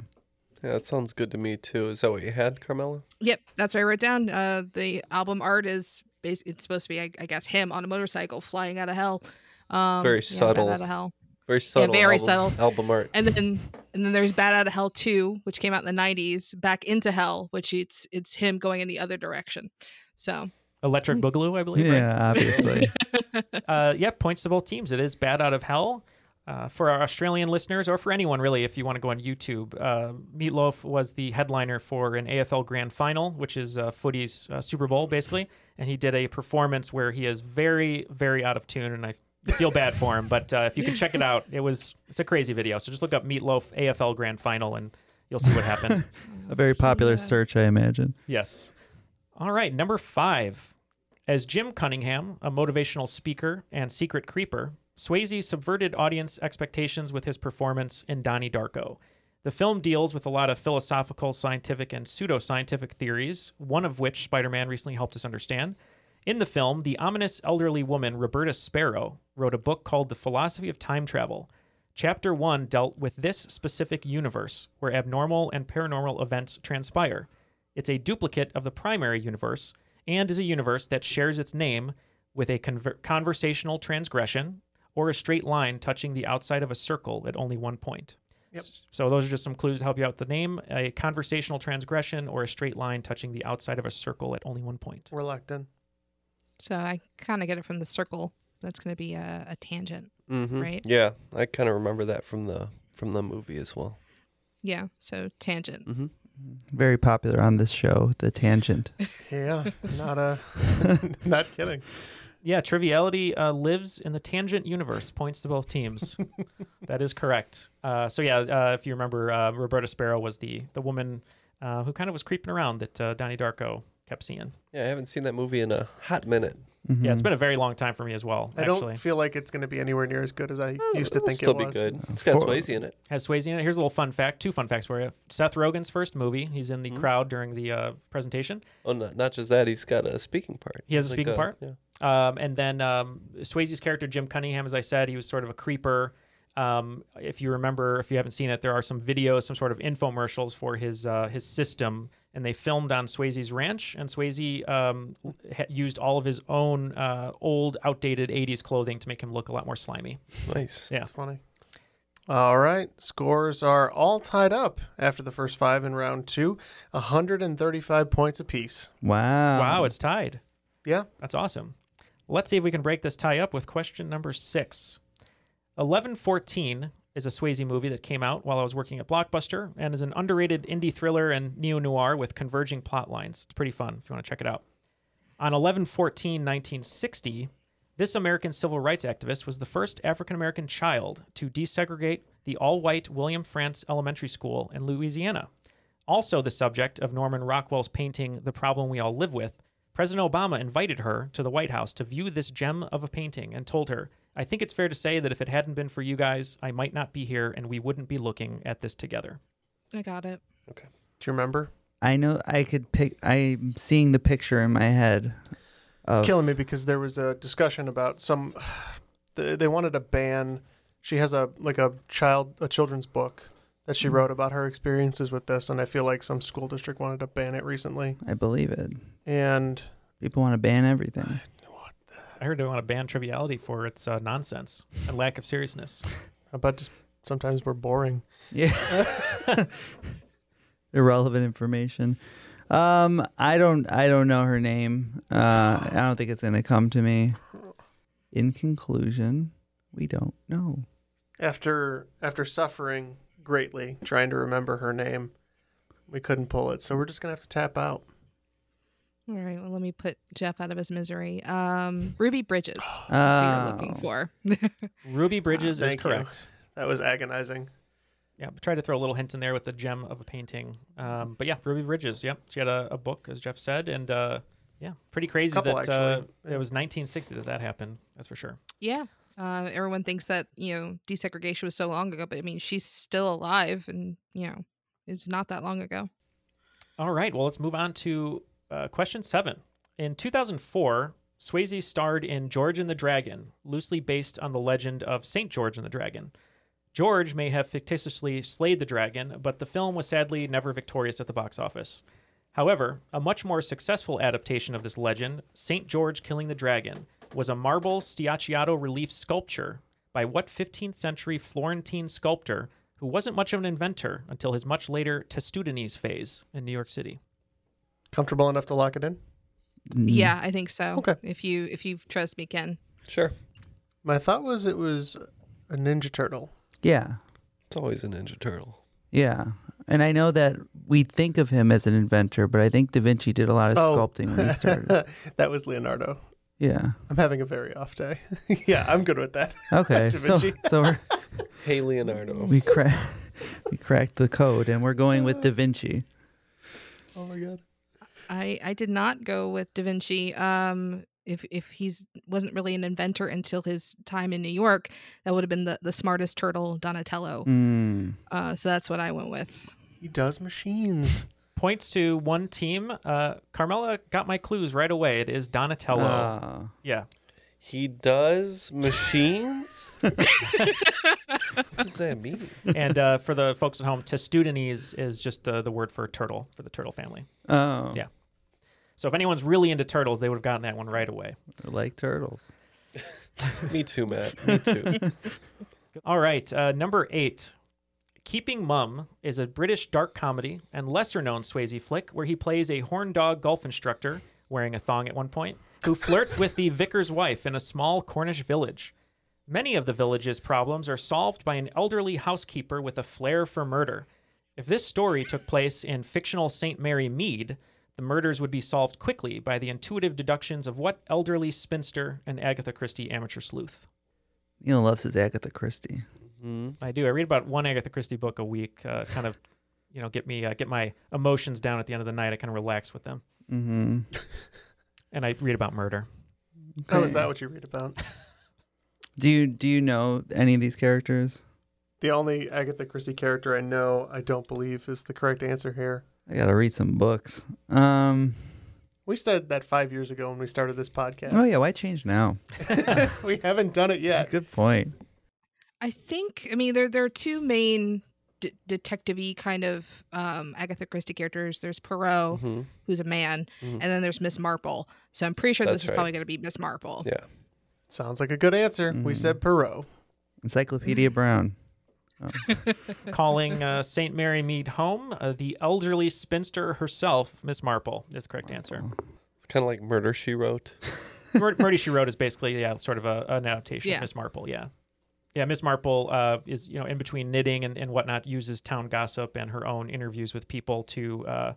S3: Yeah, that sounds good to me too. Is that what you had, Carmela?
S6: Yep, that's what I wrote down. Uh, the album art is bas- it's supposed to be, I, I guess, him on a motorcycle flying out of hell. Um,
S3: Very
S6: yeah,
S3: subtle.
S6: Bad out of hell.
S3: Very subtle.
S6: Yeah, very
S3: album,
S6: subtle.
S3: album art.
S6: And then and then there's Bad Out of Hell 2, which came out in the 90s, Back into Hell, which it's it's him going in the other direction. So
S5: Hmm.
S2: Electric Boogaloo, I believe.
S4: Yeah,
S2: right?
S4: obviously.
S2: uh, yeah, points to both teams. It is bad out of hell. Uh, for our Australian listeners, or for anyone really, if you want to go on YouTube, uh, Meatloaf was the headliner for an AFL Grand Final, which is uh, footy's uh, Super Bowl, basically. And he did a performance where he is very, very out of tune, and I feel bad for him. But uh, if you can check it out, it was it's a crazy video. So just look up Meatloaf AFL Grand Final, and you'll see what happened.
S4: A very popular search, I imagine.
S2: Yes. All right, number five. As Jim Cunningham, a motivational speaker and secret creeper, Swayze subverted audience expectations with his performance in Donnie Darko. The film deals with a lot of philosophical, scientific, and pseudoscientific theories, one of which Spider Man recently helped us understand. In the film, the ominous elderly woman Roberta Sparrow wrote a book called The Philosophy of Time Travel. Chapter 1 dealt with this specific universe where abnormal and paranormal events transpire. It's a duplicate of the primary universe and is a universe that shares its name with a conver- conversational transgression or a straight line touching the outside of a circle at only one point.
S5: Yep.
S2: So those are just some clues to help you out with the name, a conversational transgression or a straight line touching the outside of a circle at only one point.
S5: We're locked in.
S6: So I kind of get it from the circle. That's going to be a, a tangent,
S3: Mm-hmm.
S6: right?
S3: Yeah, I kind of remember that from the from the movie as well.
S6: Yeah. So tangent.
S3: Mm-hmm.
S4: Very popular on this show, The Tangent.
S5: Yeah, not a, not kidding.
S2: Yeah, Triviality uh, lives in the tangent universe. Points to both teams. that is correct. Uh, so yeah, uh, if you remember, uh, Roberta Sparrow was the the woman uh, who kind of was creeping around that uh, Donnie Darko kept seeing.
S3: Yeah, I haven't seen that movie in a hot minute.
S2: Yeah, it's been a very long time for me as well.
S5: Mhm. I
S2: actually.
S5: don't feel like it's going to be anywhere near as good as I used to
S3: Eh, it'll
S5: think
S3: still
S5: it
S3: be
S5: was.
S3: good. It's got Swayze in it.
S2: Has Swayze in it. Here's a little fun fact. Two fun facts for you. Seth Rogen's first movie. He's in the
S5: Mm-hmm.
S2: crowd during the uh, presentation.
S3: Oh, no, not just that, he's got a speaking part.
S2: He has a
S3: Like
S2: speaking part.
S3: Yeah.
S2: Um, and then um, Swayze's character Jim Cunningham, as I said, he was sort of a creeper. Um, if you remember, if you haven't seen it, there are some videos, some sort of infomercials for his uh, his system, and they filmed on Swayze's ranch. And Swayze um, ha- used all of his own uh, old, outdated '80s clothing to make him look a lot more slimy.
S3: Nice.
S2: Yeah.
S5: That's funny. All right, scores are all tied up after the first five in round two, 135 points apiece.
S4: Mm-hmm. Wow.
S2: Wow, it's tied.
S5: Yeah.
S2: That's awesome. Let's see if we can break this tie up with question number six. 1114 is a Swayze movie that came out while I was working at Blockbuster and is an underrated indie thriller and neo noir with converging plot lines. It's pretty fun if you want to check it out. On 1114 1960, this American civil rights activist was the first African American child to desegregate the all white William France Elementary School in Louisiana. Also, the subject of Norman Rockwell's painting, The Problem We All Live With, President Obama invited her to the White House to view this gem of a painting and told her, I think it's fair to say that if it hadn't been for you guys, I might not be here and we wouldn't be looking at this together.
S6: I got it.
S5: Do you remember?
S4: I know I could pick, I'm seeing the picture in my head.
S5: It's
S4: of-
S5: killing me because there was a discussion about some. th- They wanted to ban. She has a like a child a children's book that
S4: Hmm.
S5: she wrote about her experiences with this, and I feel like some school district wanted to ban it recently.
S4: I believe it.
S5: And
S4: People want to ban everything.
S2: I heard they want to ban triviality for its uh, nonsense and lack of seriousness.
S5: how about just sometimes we're boring.
S4: Yeah. Irrelevant information. Um, I don't I don't know her name. Uh, I don't think it's gonna come to me. In conclusion, we don't know.
S5: After after suffering greatly trying to remember her name, we couldn't pull it, so we're just gonna have to tap out.
S6: All right. Well, let me put Jeff out of his misery. Um, Ruby Bridges. That's what you're looking
S2: Oh.
S6: for.
S2: Ruby Bridges is
S5: Thank you.
S2: correct.
S5: That was agonizing.
S2: Yeah, try to throw a little hint in there with the gem of a painting. Um, but yeah, Ruby Bridges. Yep, she had a, a book, as Jeff said, and uh, yeah, pretty crazy
S5: Couple,
S2: that uh,
S5: actually.
S2: it was 1960 that that happened. That's for sure.
S6: Yeah. Uh, everyone thinks that, you know, desegregation was so long ago, but I mean, she's still alive and, you know, it's not that long ago.
S2: All right. Well, let's move on to uh, question seven. In 2004, Swayze starred in George and the Dragon, loosely based on the legend of St. George and the Dragon. George may have fictitiously slayed the dragon, but the film was sadly never victorious at the box office. However, a much more successful adaptation of this legend, St. George Killing the Dragon, was a marble stiacciato relief sculpture by what 15th century Florentine sculptor who wasn't much of an inventor until his much later Testudines phase in New York City.
S5: Comfortable enough to lock it in?
S4: Mm. Mm-hmm.
S6: Yeah, I think so.
S5: Okay.
S6: If you if you trust me, Ken.
S3: Sure.
S5: My thought was it was a Ninja Turtle.
S4: Yeah.
S3: It's always a Ninja Turtle.
S4: Yeah. And I know that we think of him as an inventor, but I think Da Vinci did a lot of
S6: Oh.
S4: sculpting when he started.
S5: Oh. that was Leonardo.
S4: Yeah.
S5: I'm having a very off day. yeah, I'm good with that.
S4: Okay.
S5: Da
S4: so
S5: Vinci.
S4: so we're,
S3: Hey, Leonardo.
S4: we cra- we cracked the code and we're going with Da Vinci.
S5: Oh my god.
S6: I I did not go with Da Vinci. Um if if he's wasn't really an inventor until his time in New York, that would have been the, the smartest turtle, Donatello.
S4: Mm.
S6: Uh, so that's what I went with.
S5: He does machines.
S2: Points to one team. Uh, Carmela got my clues right away. It is Donatello.
S4: Ah.
S2: Yeah.
S3: He does machines? what does that mean?
S2: and uh, for the folks at home, Testudinis is just the, the word for turtle for the turtle family.
S4: Oh.
S2: Yeah. So if anyone's really into turtles, they would have gotten that one right away.
S4: I like turtles.
S3: Me too, Matt. Me too.
S2: All right, uh, number eight. Keeping Mum is a British dark comedy and lesser known Swayze flick where he plays a horn dog golf instructor wearing a thong at one point who flirts with the vicar's wife in a small Cornish village. Many of the village's problems are solved by an elderly housekeeper with a flair for murder. If this story took place in fictional St. Mary Mead, the murders would be solved quickly by the intuitive deductions of what elderly spinster and Agatha Christie amateur sleuth.
S4: Neil loves his Agatha Christie.
S2: I do. I read about one Agatha Christie book a week. Uh, kind of, you know, get me uh, get my emotions down at the end of the night. I kind of relax with them,
S4: Mm-hmm.
S2: and I read about murder.
S5: Oh, is that what you read about?
S4: Do you do you know any of these characters?
S5: The only Agatha Christie character I know, I don't believe, is the correct answer here.
S4: I gotta read some books. Um.
S5: We started that five years ago when we started this podcast.
S4: Oh yeah, why change now?
S5: we haven't done it yet.
S4: Good point.
S6: I think I mean there there are two main de- detective-y kind of um, Agatha Christie characters. There's Perot,
S3: Mhm.
S6: who's a man,
S3: Mhm.
S6: and then there's Miss Marple. So I'm pretty sure
S3: That's
S6: this is
S3: right.
S6: probably going to be Miss Marple.
S3: Yeah.
S5: Sounds like a good answer. We said Perot.
S6: Mm-hmm.
S4: Encyclopedia Brown.
S2: Calling uh, Saint Mary Mead home, uh, the elderly spinster herself, Miss Marple, is the correct answer.
S3: It's kind of like Murder She Wrote.
S2: Mur- Murder She Wrote is basically yeah, sort of a, an adaptation
S6: Yeah.
S2: of Miss Marple. Yeah, yeah. Miss Marple uh, is you know in between knitting and, and whatnot uses town gossip and her own interviews with people to, uh,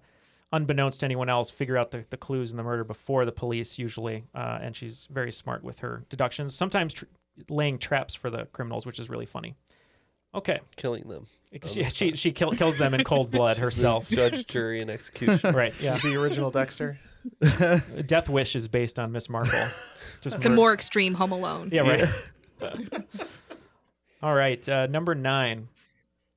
S2: unbeknownst to anyone else, figure out the, the clues in the murder before the police usually. Uh, and she's very smart with her deductions, sometimes tr- laying traps for the criminals, which is really funny. Okay,
S3: Killing them.
S2: she she, she kill, kills them in cold blood herself.
S3: Judge, jury, and execution.
S2: Right. Yeah.
S5: She's the original Dexter.
S2: Death Wish is based on Miss Marple. Just
S6: It's a
S2: mur-
S6: more extreme Home Alone.
S2: Yeah, right. All right, uh, number nine.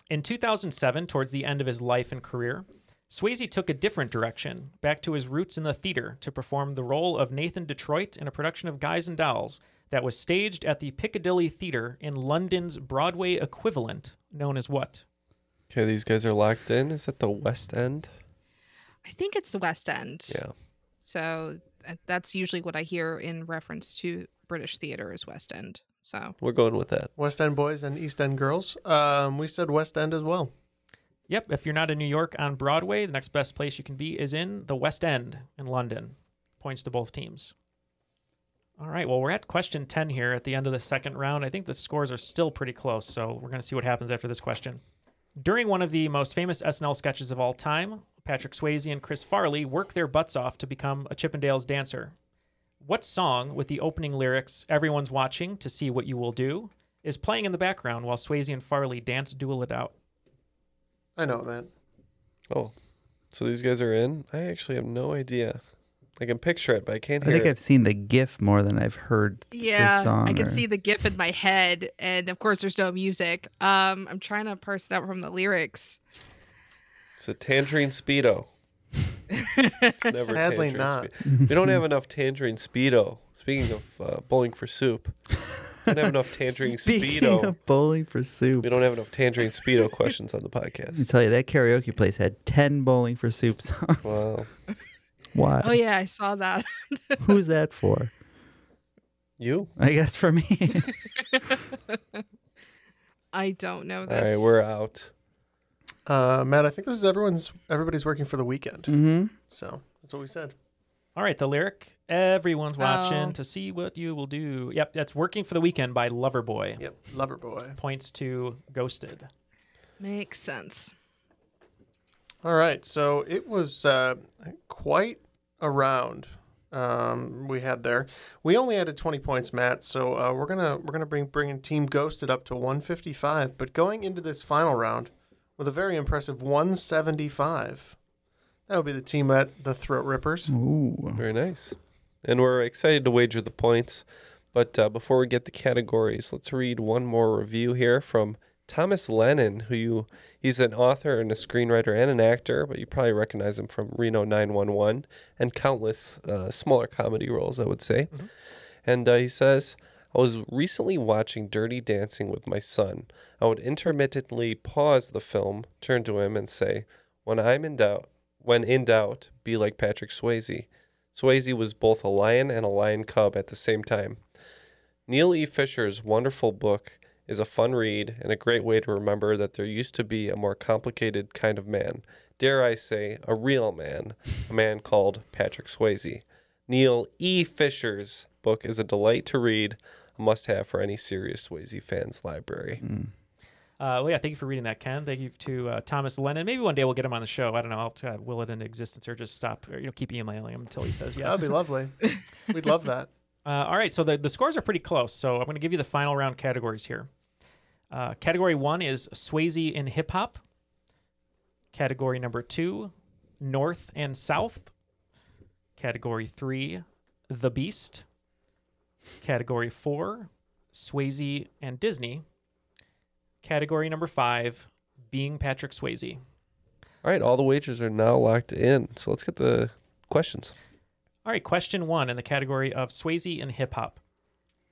S2: In 2007, towards the end of his life and career, Swayze took a different direction, back to his roots in the theater to perform the role of Nathan Detroit in a production of Guys and Dolls that was staged at the Piccadilly Theatre in London's Broadway equivalent, known as what?
S3: Okay, these guys are locked in. Is that the West End?
S6: I think it's the West End.
S3: Yeah.
S6: So uh, that's usually what I hear in reference to British theater is West End. So
S3: We're going with that.
S5: West End boys and East End girls. Um, we said West End as well.
S2: Yep, if you're not in New York on Broadway, the next best place you can be is in the West End in London. Points to both teams. All right, well, we're at question 10 here at the end of the second round. I think the scores are still pretty close, so we're going to see what happens after this question. During one of the most famous SNL sketches of all time, Patrick Swayze and Chris Farley work their butts off to become a Chippendales dancer. What song with the opening lyrics, Everyone's Watching to See What You Will Do, is playing in the background while Swayze and Farley dance duel it out?
S5: I know that.
S3: Oh, so these guys are in? I actually have no idea. I can picture it, but I can't
S4: I
S3: hear
S4: think
S3: it.
S4: I've seen the GIF more than I've heard. this
S6: yeah,
S4: song
S6: I can
S4: or-
S6: see the GIF in my head, and of course there's no music. Um, I'm trying to parse it out from the lyrics.
S3: It's a tangerine speedo. It's never
S5: Sadly
S3: tangerine
S5: not.
S3: Speedo. we don't have enough tangerine speedo. Speaking of uh, bowling for soup, we don't have enough tangerine
S4: Speaking
S3: speedo.
S4: of bowling for soup,
S3: We don't have enough tangerine speedo questions on the
S4: let me
S3: podcast.
S4: tell you that karaoke place had ten bowling for soup songs.
S3: Wow,
S4: Why?
S6: Oh yeah, I saw that.
S4: Who's that for?
S3: you?
S4: I guess for me.
S6: I don't know
S3: All
S6: this.
S3: right, we're out.
S5: Uh, Matt, I think this is everyone's. Everybody's working for the weekend.
S4: mm-hmm.
S5: So that's what we said.
S2: All right, the lyric everyone's watching
S6: Oh.
S2: to see what you will do. Yep, that's Working for the Weekend by Loverboy.
S5: Yep. Lover boy.
S2: Points to Ghosted.
S6: Makes sense.
S5: All right, so it was uh, quite a round um, we had there. We only added 20 points, Matt. So uh, we're gonna we're gonna bring bringing Team Ghosted up to 155. But going into this final round with a very impressive 175, that would be the team at the Throat Rippers.
S4: Ooh.
S3: Very nice. and we're excited to wager the points. But uh, before we get the categories, let's read one more review here from Thomas Lennon, who you he's an author and a screenwriter and an actor, but you probably recognize him from Reno 911 and countless uh, smaller comedy roles, I would say. And uh, he says, I was recently watching Dirty Dancing with my son. I would intermittently pause the film, turn to him, and say, "When I'm in doubt, when in doubt, be like Patrick Swayze." Swayze was both a lion and a lion cub at the same time. Neil E. Fisher's wonderful book is a fun read and a great way to remember that there used to be a more complicated kind of man. Dare I say, a real man, a man called Patrick Swayze. Neil E. Fisher's book is a delight to read, a must have for any serious Swayze fans library.
S2: Uh, well, yeah, thank you for reading that, Ken. Thank you to uh, Thomas Lennon. Maybe one day we'll get him on the show. I don't know. I'll uh, will it into existence or just stop, or, you know, keep emailing him until he says yes.
S5: That'd be lovely. We'd love that.
S2: Uh, all right, so the, the scores are pretty close. So I'm going to give you the final round categories here. Uh, category one is Swayze in hip hop. Category number two, North and South. Category three, The Beast. Category four, Swayze and Disney. Category number five, Being Patrick Swayze.
S3: All right, all the wagers are now locked in. So let's get the questions.
S2: All right, question one in the category of Swayze and hip hop.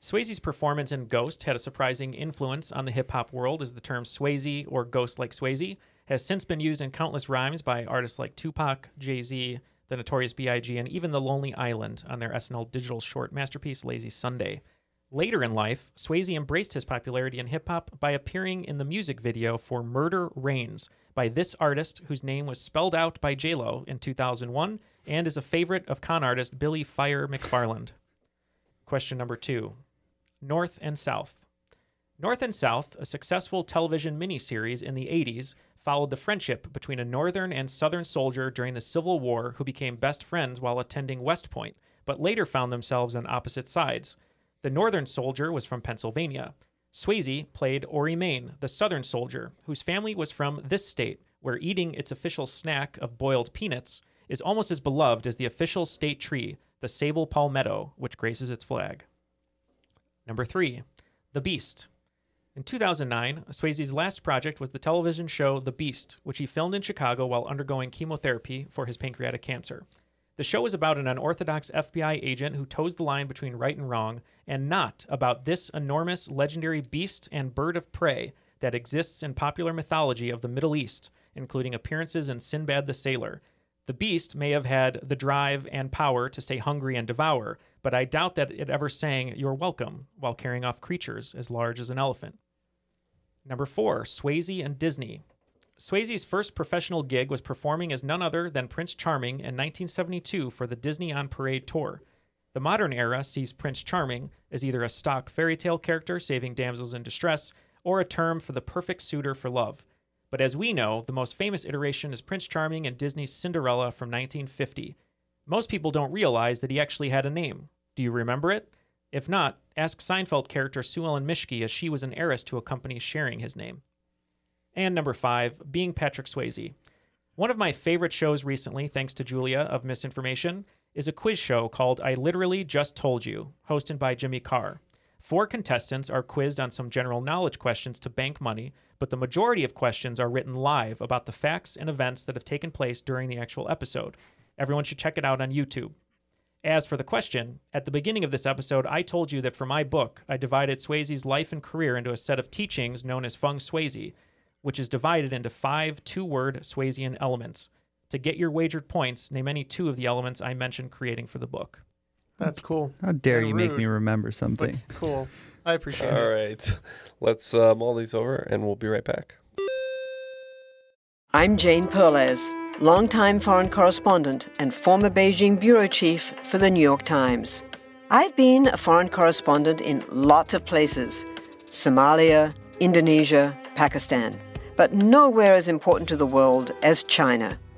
S2: Swayze's performance in Ghost had a surprising influence on the hip hop world, as the term Swayze or Ghost like Swayze has since been used in countless rhymes by artists like Tupac, Jay Z, the Notorious B.I.G., and even The Lonely Island on their SNL digital short masterpiece, Lazy Sunday. Later in life, Swayze embraced his popularity in hip hop by appearing in the music video for Murder Reigns by this artist, whose name was spelled out by JLo in 2001 and is a favorite of con artist Billy Fire McFarland. Question number two North and South. North and South, a successful television miniseries in the 80s, followed the friendship between a Northern and Southern soldier during the Civil War who became best friends while attending West Point, but later found themselves on opposite sides. The Northern soldier was from Pennsylvania. Swayze played Ori Main, the Southern soldier, whose family was from this state, where eating its official snack of boiled peanuts is almost as beloved as the official state tree, the sable palmetto, which graces its flag. Number three, The Beast. In 2009, Swayze's last project was the television show The Beast, which he filmed in Chicago while undergoing chemotherapy for his pancreatic cancer. The show is about an unorthodox FBI agent who toes the line between right and wrong, and not about this enormous legendary beast and bird of prey that exists in popular mythology of the Middle East, including appearances in Sinbad the Sailor. The beast may have had the drive and power to stay hungry and devour, but I doubt that it ever sang, You're welcome, while carrying off creatures as large as an elephant. Number four, Swayze and Disney. Swayze's first professional gig was performing as none other than Prince Charming in 1972 for the Disney on Parade tour. The modern era sees Prince Charming as either a stock fairy tale character saving damsels in distress or a term for the perfect suitor for love. But as we know, the most famous iteration is Prince Charming and Disney's Cinderella from 1950. Most people don't realize that he actually had a name. Do you remember it? If not, ask Seinfeld character Sue Ellen Mischke as she was an heiress to a company sharing his name. And number five, being Patrick Swayze. One of my favorite shows recently, thanks to Julia of Misinformation, is a quiz show called I Literally Just Told You, hosted by Jimmy Carr. Four contestants are quizzed on some general knowledge questions to bank money, but the majority of questions are written live about the facts and events that have taken place during the actual episode. Everyone should check it out on YouTube. As for the question, at the beginning of this episode, I told you that for my book, I divided Swayze's life and career into a set of teachings known as Feng Swayze, which is divided into five two word Swayzean elements. To get your wagered points, name any two of the elements I mentioned creating for the book.
S5: That's cool.
S4: How dare
S5: Kinda
S4: you make
S5: rude,
S4: me remember something?
S5: but Cool. I appreciate
S3: All
S5: it.
S3: right, let's uh, mull these over and we'll be right back.
S8: I'm Jane Perlez, longtime foreign correspondent and former Beijing bureau chief for the New York Times. I've been a foreign correspondent in lots of places Somalia, Indonesia, Pakistan, but nowhere as important to the world as China.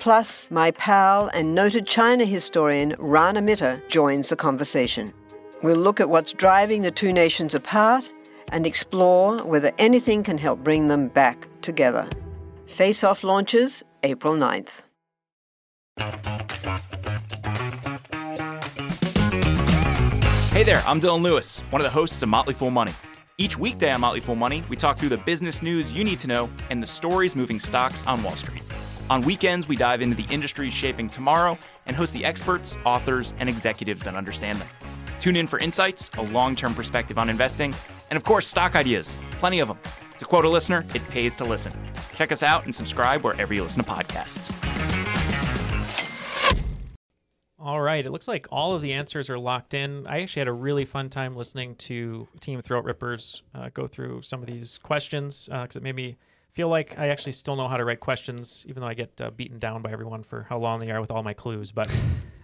S8: Plus, my pal and noted China historian Rana Mitter joins the conversation. We'll look at what's driving the two nations apart and explore whether anything can help bring them back together. Face Off launches April 9th.
S9: Hey there, I'm Dylan Lewis, one of the hosts of Motley Fool Money. Each weekday on Motley Fool Money, we talk through the business news you need to know and the stories moving stocks on Wall Street. On weekends, we dive into the industries shaping tomorrow and host the experts, authors, and executives that understand them. Tune in for insights, a long term perspective on investing, and of course, stock ideas. Plenty of them. To quote a listener, it pays to listen. Check us out and subscribe wherever you listen to podcasts.
S2: All right. It looks like all of the answers are locked in. I actually had a really fun time listening to Team Throat Rippers uh, go through some of these questions because it made me feel like I actually still know how to write questions, even though I get uh, beaten down by everyone for how long they are with all my clues. But it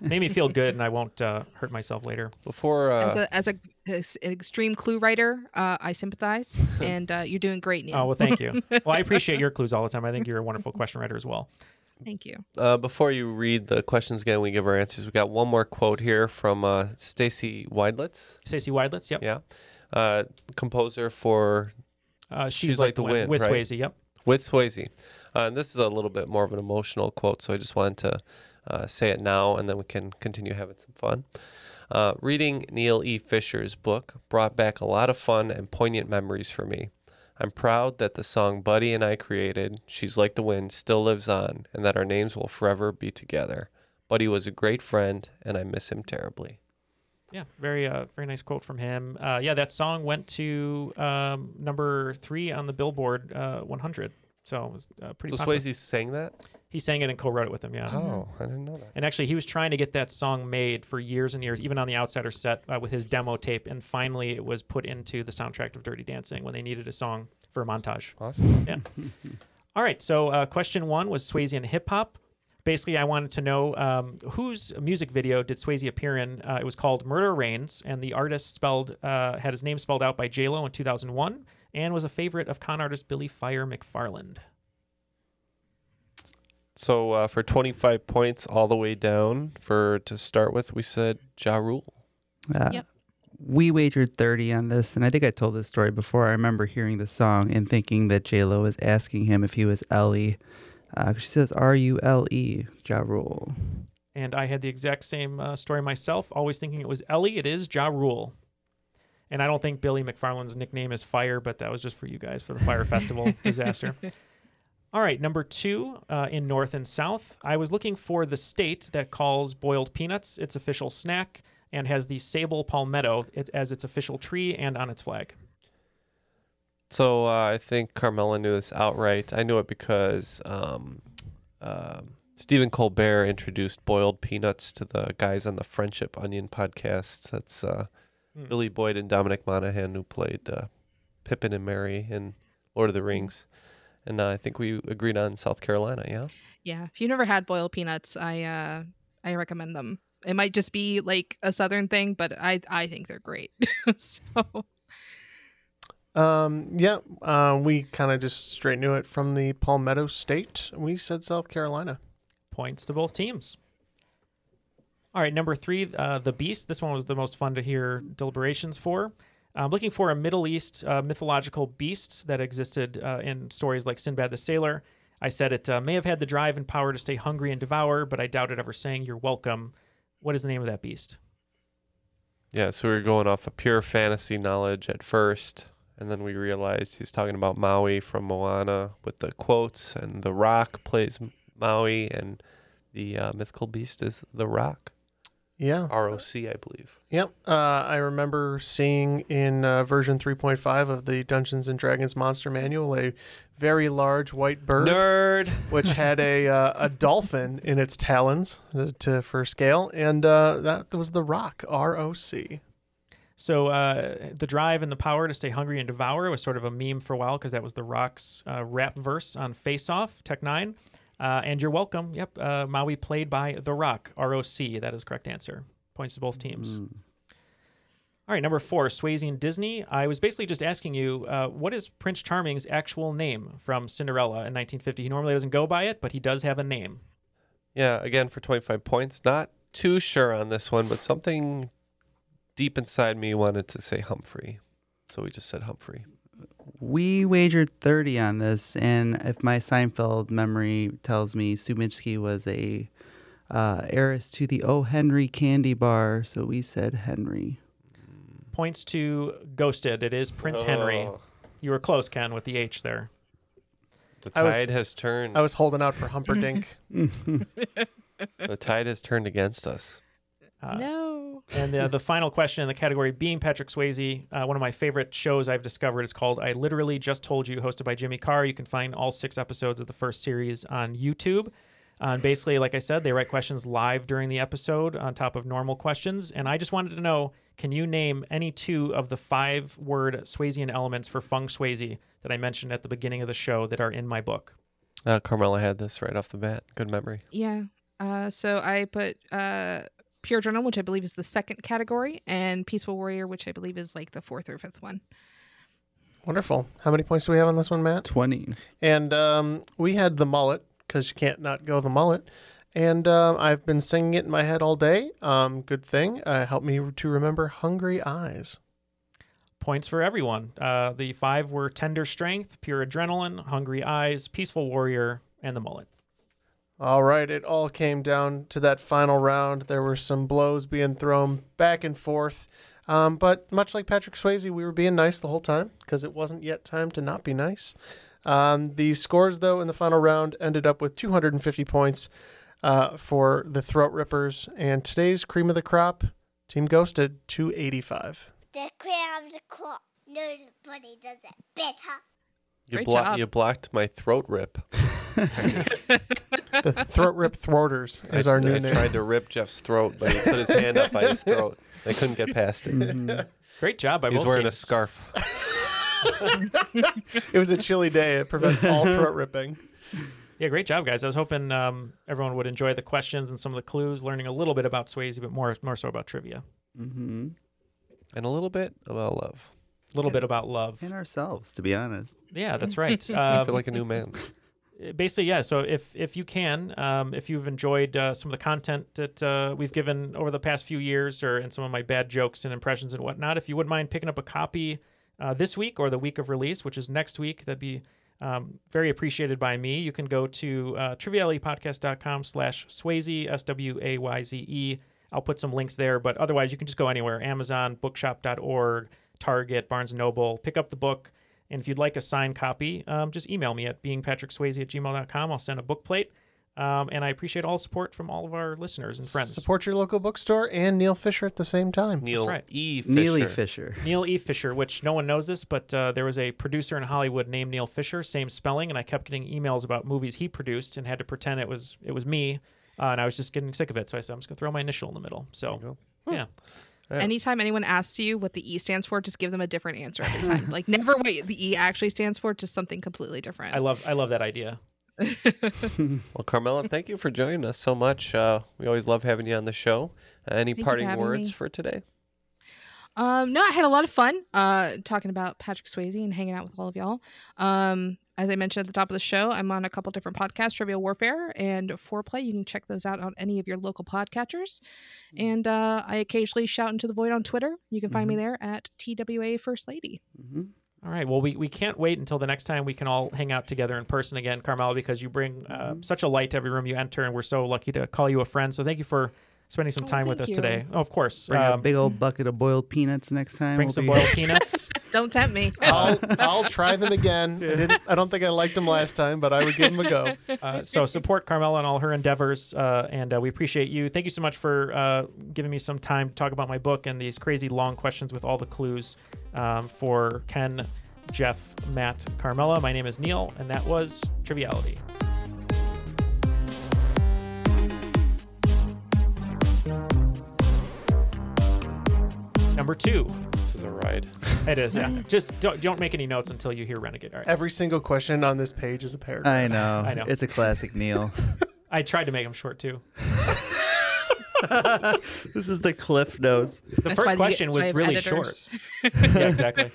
S2: made me feel good, and I won't uh, hurt myself later.
S3: Before
S5: uh,
S6: as a as a as an extreme clue writer, uh, I sympathize, and uh, you're doing great. Neil.
S2: Oh well, thank you. Well, I appreciate your clues all the time. I think you're a wonderful question writer as well.
S6: Thank you.
S3: Uh, before you read the questions again, we give our answers. We got one more quote here from uh, Stacy Widlitz.
S2: Stacy Widlitz, yep.
S3: Yeah, uh, composer for
S2: Uh, She's Like the Wind, with Swayze, yep.
S3: With Swayze. Uh, and this is a little bit more of an emotional quote, so I just wanted to uh, say it now, and then we can continue having some fun. Uh, reading Neil E. Fisher's book brought back a lot of fun and poignant memories for me. I'm proud that the song Buddy and I created, She's Like the Wind, still lives on, and that our names will forever be together. Buddy was a great friend, and I miss him terribly.
S2: Yeah, very uh, very nice quote from him. Uh, yeah, that song went to um, number three on the Billboard uh, 100. So it was uh, pretty.
S3: so
S2: popular.
S3: Swayze sang that?
S2: He sang it and co-wrote it with him. Yeah.
S3: Oh, I didn't know that.
S2: And actually, he was trying to get that song made for years and years, even on the Outsider set uh, with his demo tape. And finally, it was put into the soundtrack of Dirty Dancing when they needed a song for a montage.
S3: Awesome.
S2: Yeah. All right. So, uh, question one was Swayze and hip hop. Basically, I wanted to know um, whose music video did Swayze appear in? Uh, it was called Murder Reigns, and the artist spelled uh, had his name spelled out by J Lo in 2001, and was a favorite of con artist Billy Fire McFarland.
S3: So uh, for 25 points all the way down for to start with, we said Ja Rule.
S4: Uh,
S6: Yep.
S4: We wagered 30 on this, and I think I told this story before. I remember hearing the song and thinking that J-Lo was asking him if he was Ellie. Uh, 'cause she says R-U-L-E, E?" Ja Rule.
S2: And I had the exact same uh, story myself, always thinking it was Ellie. It is Ja Rule. And I don't think Billy McFarland's nickname is Fire, but that was just for you guys for the Fire Festival disaster. All right, number two uh, in North and South. I was looking for the state that calls boiled peanuts its official snack and has the sable palmetto it- as its official tree and on its flag.
S3: So uh, I think Carmela knew this outright. I knew it because um, uh, Stephen Colbert introduced boiled peanuts to the guys on the Friendship Onion podcast. That's uh,
S2: Hmm.
S3: Billy Boyd and Dominic Monaghan, who played uh, Pippin and Mary in Lord of the Rings. And uh, I think we agreed on South Carolina, yeah?
S6: Yeah, if you never had boiled peanuts, I uh I recommend them. It might just be like a southern thing, but I I think they're great. so
S5: Um, yeah, uh, we kind of just straight knew it from the Palmetto State. We said South Carolina.
S2: Points to both teams. All right, number three, uh, The Beast. This one was the most fun to hear deliberations for. I'm looking for a Middle East uh, mythological beast that existed uh, in stories like Sinbad the Sailor. I said it uh, may have had the drive and power to stay hungry and devour, but I doubt it ever saying, You're welcome. What is the name of that beast?
S3: Yeah, so we were going off of pure fantasy knowledge at first, and then we realized he's talking about Maui from Moana with the quotes, and The Rock plays M- Maui, and the uh, mythical beast is The Rock.
S5: Yeah.
S3: ROC, I believe.
S5: Yep. Uh, I remember seeing in uh, version 3.5 of the Dungeons and Dragons Monster Manual a very large white bird.
S3: Nerd.
S5: Which had a, uh, a dolphin in its talons uh, to, for scale. And uh, that was The Rock, R O C.
S2: So uh, the drive and the power to stay hungry and devour was sort of a meme for a while because that was the Rock's uh, rap verse on Face Off Tech Nine. Uh, and you're welcome. Yep. Uh, Maui played by The Rock, R O C. That is correct answer. Points to both teams.
S4: Mm.
S2: All right, number four, Swayze and Disney. I was basically just asking you, uh, what is Prince Charming's actual name from Cinderella in 1950? He normally doesn't go by it, but he does have a name.
S3: Yeah, again for 25 points. Not too sure on this one, but something deep inside me wanted to say Humphrey. So we just said Humphrey.
S4: We wagered 30 on this, and if my Seinfeld memory tells me, Sumichki was a uh, heiress to the O. Henry candy bar, so we said Henry.
S2: Points to Ghosted. It is Prince Henry.
S3: Oh.
S2: You were close, Ken, with the H there.
S3: The
S5: I was-
S3: tide has turned.
S5: I was holding out for Humperdink.
S3: the tide has turned against us.
S6: no.
S2: Uh, And the, the final question in the category being Patrick Swayze, uh, one of my favorite shows I've discovered is called I Literally Just Told You, hosted by Jimmy Carr. You can find all six episodes of the first series on YouTube. Uh, and basically, like I said, they write questions live during the episode on top of normal questions. And I just wanted to know can you name any two of the five word Swayzean elements for Feng Swayze that I mentioned at the beginning of the show that are in my book?
S3: Uh, Carmela had this right off the bat. Good memory.
S6: Yeah. Uh, so I put uh, Pure Journal, which I believe is the second category, and Peaceful Warrior, which I believe is like the fourth or fifth one.
S5: Wonderful. How many points do we have on this one, Matt?
S4: 20.
S5: And um, we had the mullet because you can't not go the mullet. And um, I've been singing it in my head all day. Um, good thing. Uh, helped me to remember Hungry Eyes.
S2: points for everyone. Uh, the five were Tender Strength, Pure Adrenaline, Hungry Eyes, Peaceful Warrior, and the Mullet.
S5: All right, it all came down to that final round. There were some blows being thrown back and forth. Um, but much like Patrick Swayze, we were being nice the whole time because it wasn't yet time to not be nice. Um, the scores, though, in the final round ended up with 250 points uh, for the Throat Rippers. And today's cream of the crop, Team Ghosted, 285.
S10: The cream of the crop. Nobody does it better.
S3: You,
S10: Great
S3: blo-
S10: job.
S3: you blocked my throat rip.
S5: The Throat Rip Throaters is
S3: I,
S5: our new
S3: I
S5: name.
S3: tried to rip Jeff's throat, but he put his hand up by his throat. I couldn't get past it.
S5: Mm-hmm.
S2: Great job by
S3: He's
S2: both
S3: wearing a
S2: teams.
S3: scarf.
S5: it was a chilly day. It prevents all throat ripping.
S2: Yeah, great job, guys. I was hoping um, everyone would enjoy the questions and some of the clues, learning a little bit about Swayze, but more more so about trivia.
S4: Mm-hmm.
S3: And a little bit about love.
S2: A little bit about love.
S4: And ourselves, to be honest.
S2: Yeah, that's right.
S3: I feel like a new man.
S2: Uh, basically yeah so if if you can um, if you've enjoyed uh, some of the content that uh, we've given over the past few years or and some of my bad jokes and impressions and whatnot if you wouldn't mind picking up a copy uh, this week or the week of release which is next week that'd be um, very appreciated by me you can go to uh, trivialitypodcast.com slash swayze s-w-a-y-z-e E. i'll put some links there but otherwise you can just go anywhere amazon bookshop.org target barnes and noble pick up the book and if you'd like a signed copy, um, just email me at beingpatrickswayze at gmail.com. I'll send a book plate. Um, and I appreciate all the support from all of our listeners and friends.
S5: Support your local bookstore and Neil Fisher at the same time.
S3: Neil
S2: right.
S3: E. Fisher.
S4: Neely Fisher.
S2: Neil E. Fisher, which no one knows this, but uh, there was a producer in Hollywood named Neil Fisher, same spelling, and I kept getting emails about movies he produced and had to pretend it was it was me, uh, and I was just getting sick of it. So I said, I'm just gonna throw my initial in the middle. So yeah,
S6: Anytime anyone asks you what the E stands for, just give them a different answer every time. like never what the E actually stands for, just something completely different.
S2: I love I love that idea.
S3: Well, Carmela, thank you for joining us so much. Uh, we always love having you on the show. Uh, any
S6: Thank you for
S3: parting
S6: having
S3: words
S6: me.
S3: for today?
S6: Um, no, I had a lot of fun uh, talking about Patrick Swayze and hanging out with all of y'all. Um, as I mentioned at the top of the show, I'm on a couple different podcasts, Trivial Warfare and Foreplay. You can check those out on any of your local podcatchers. And uh, I occasionally shout into the void on Twitter. You can find me there at TWA First Lady.
S2: All right. Well, we, we can't wait until the next time we can all hang out together in person again, Carmela, because you bring uh, such a light to every room you enter, and we're so lucky to call you a friend. So thank you for spending some time with us
S6: you.
S2: today. Oh, of course.
S4: Bring a
S2: Um,
S4: big old bucket of boiled peanuts next time.
S2: bring
S4: We'll
S2: some
S4: be-
S2: boiled peanuts.
S6: Don't tempt me.
S5: I'll, I'll try them again. I, didn't, I don't think I liked them last time, but I would give them a go.
S2: Uh, so support Carmela and all her endeavors, uh, and uh, we appreciate you. Thank you so much for uh, giving me some time to talk about my book and these crazy long questions with all the clues um, for Ken, Jeff, Matt, Carmela. My name is Neil, and that was Triviality. Number two.
S3: This is a ride.
S2: It is, yeah. Just don't don't make any notes until you hear Renegade. All right.
S5: Every single question on this page is a paragraph.
S4: I know.
S2: I know.
S4: It's a classic Neil.
S2: I tried to make them short too.
S4: this is the cliff notes.
S2: The first question was really short. yeah, exactly.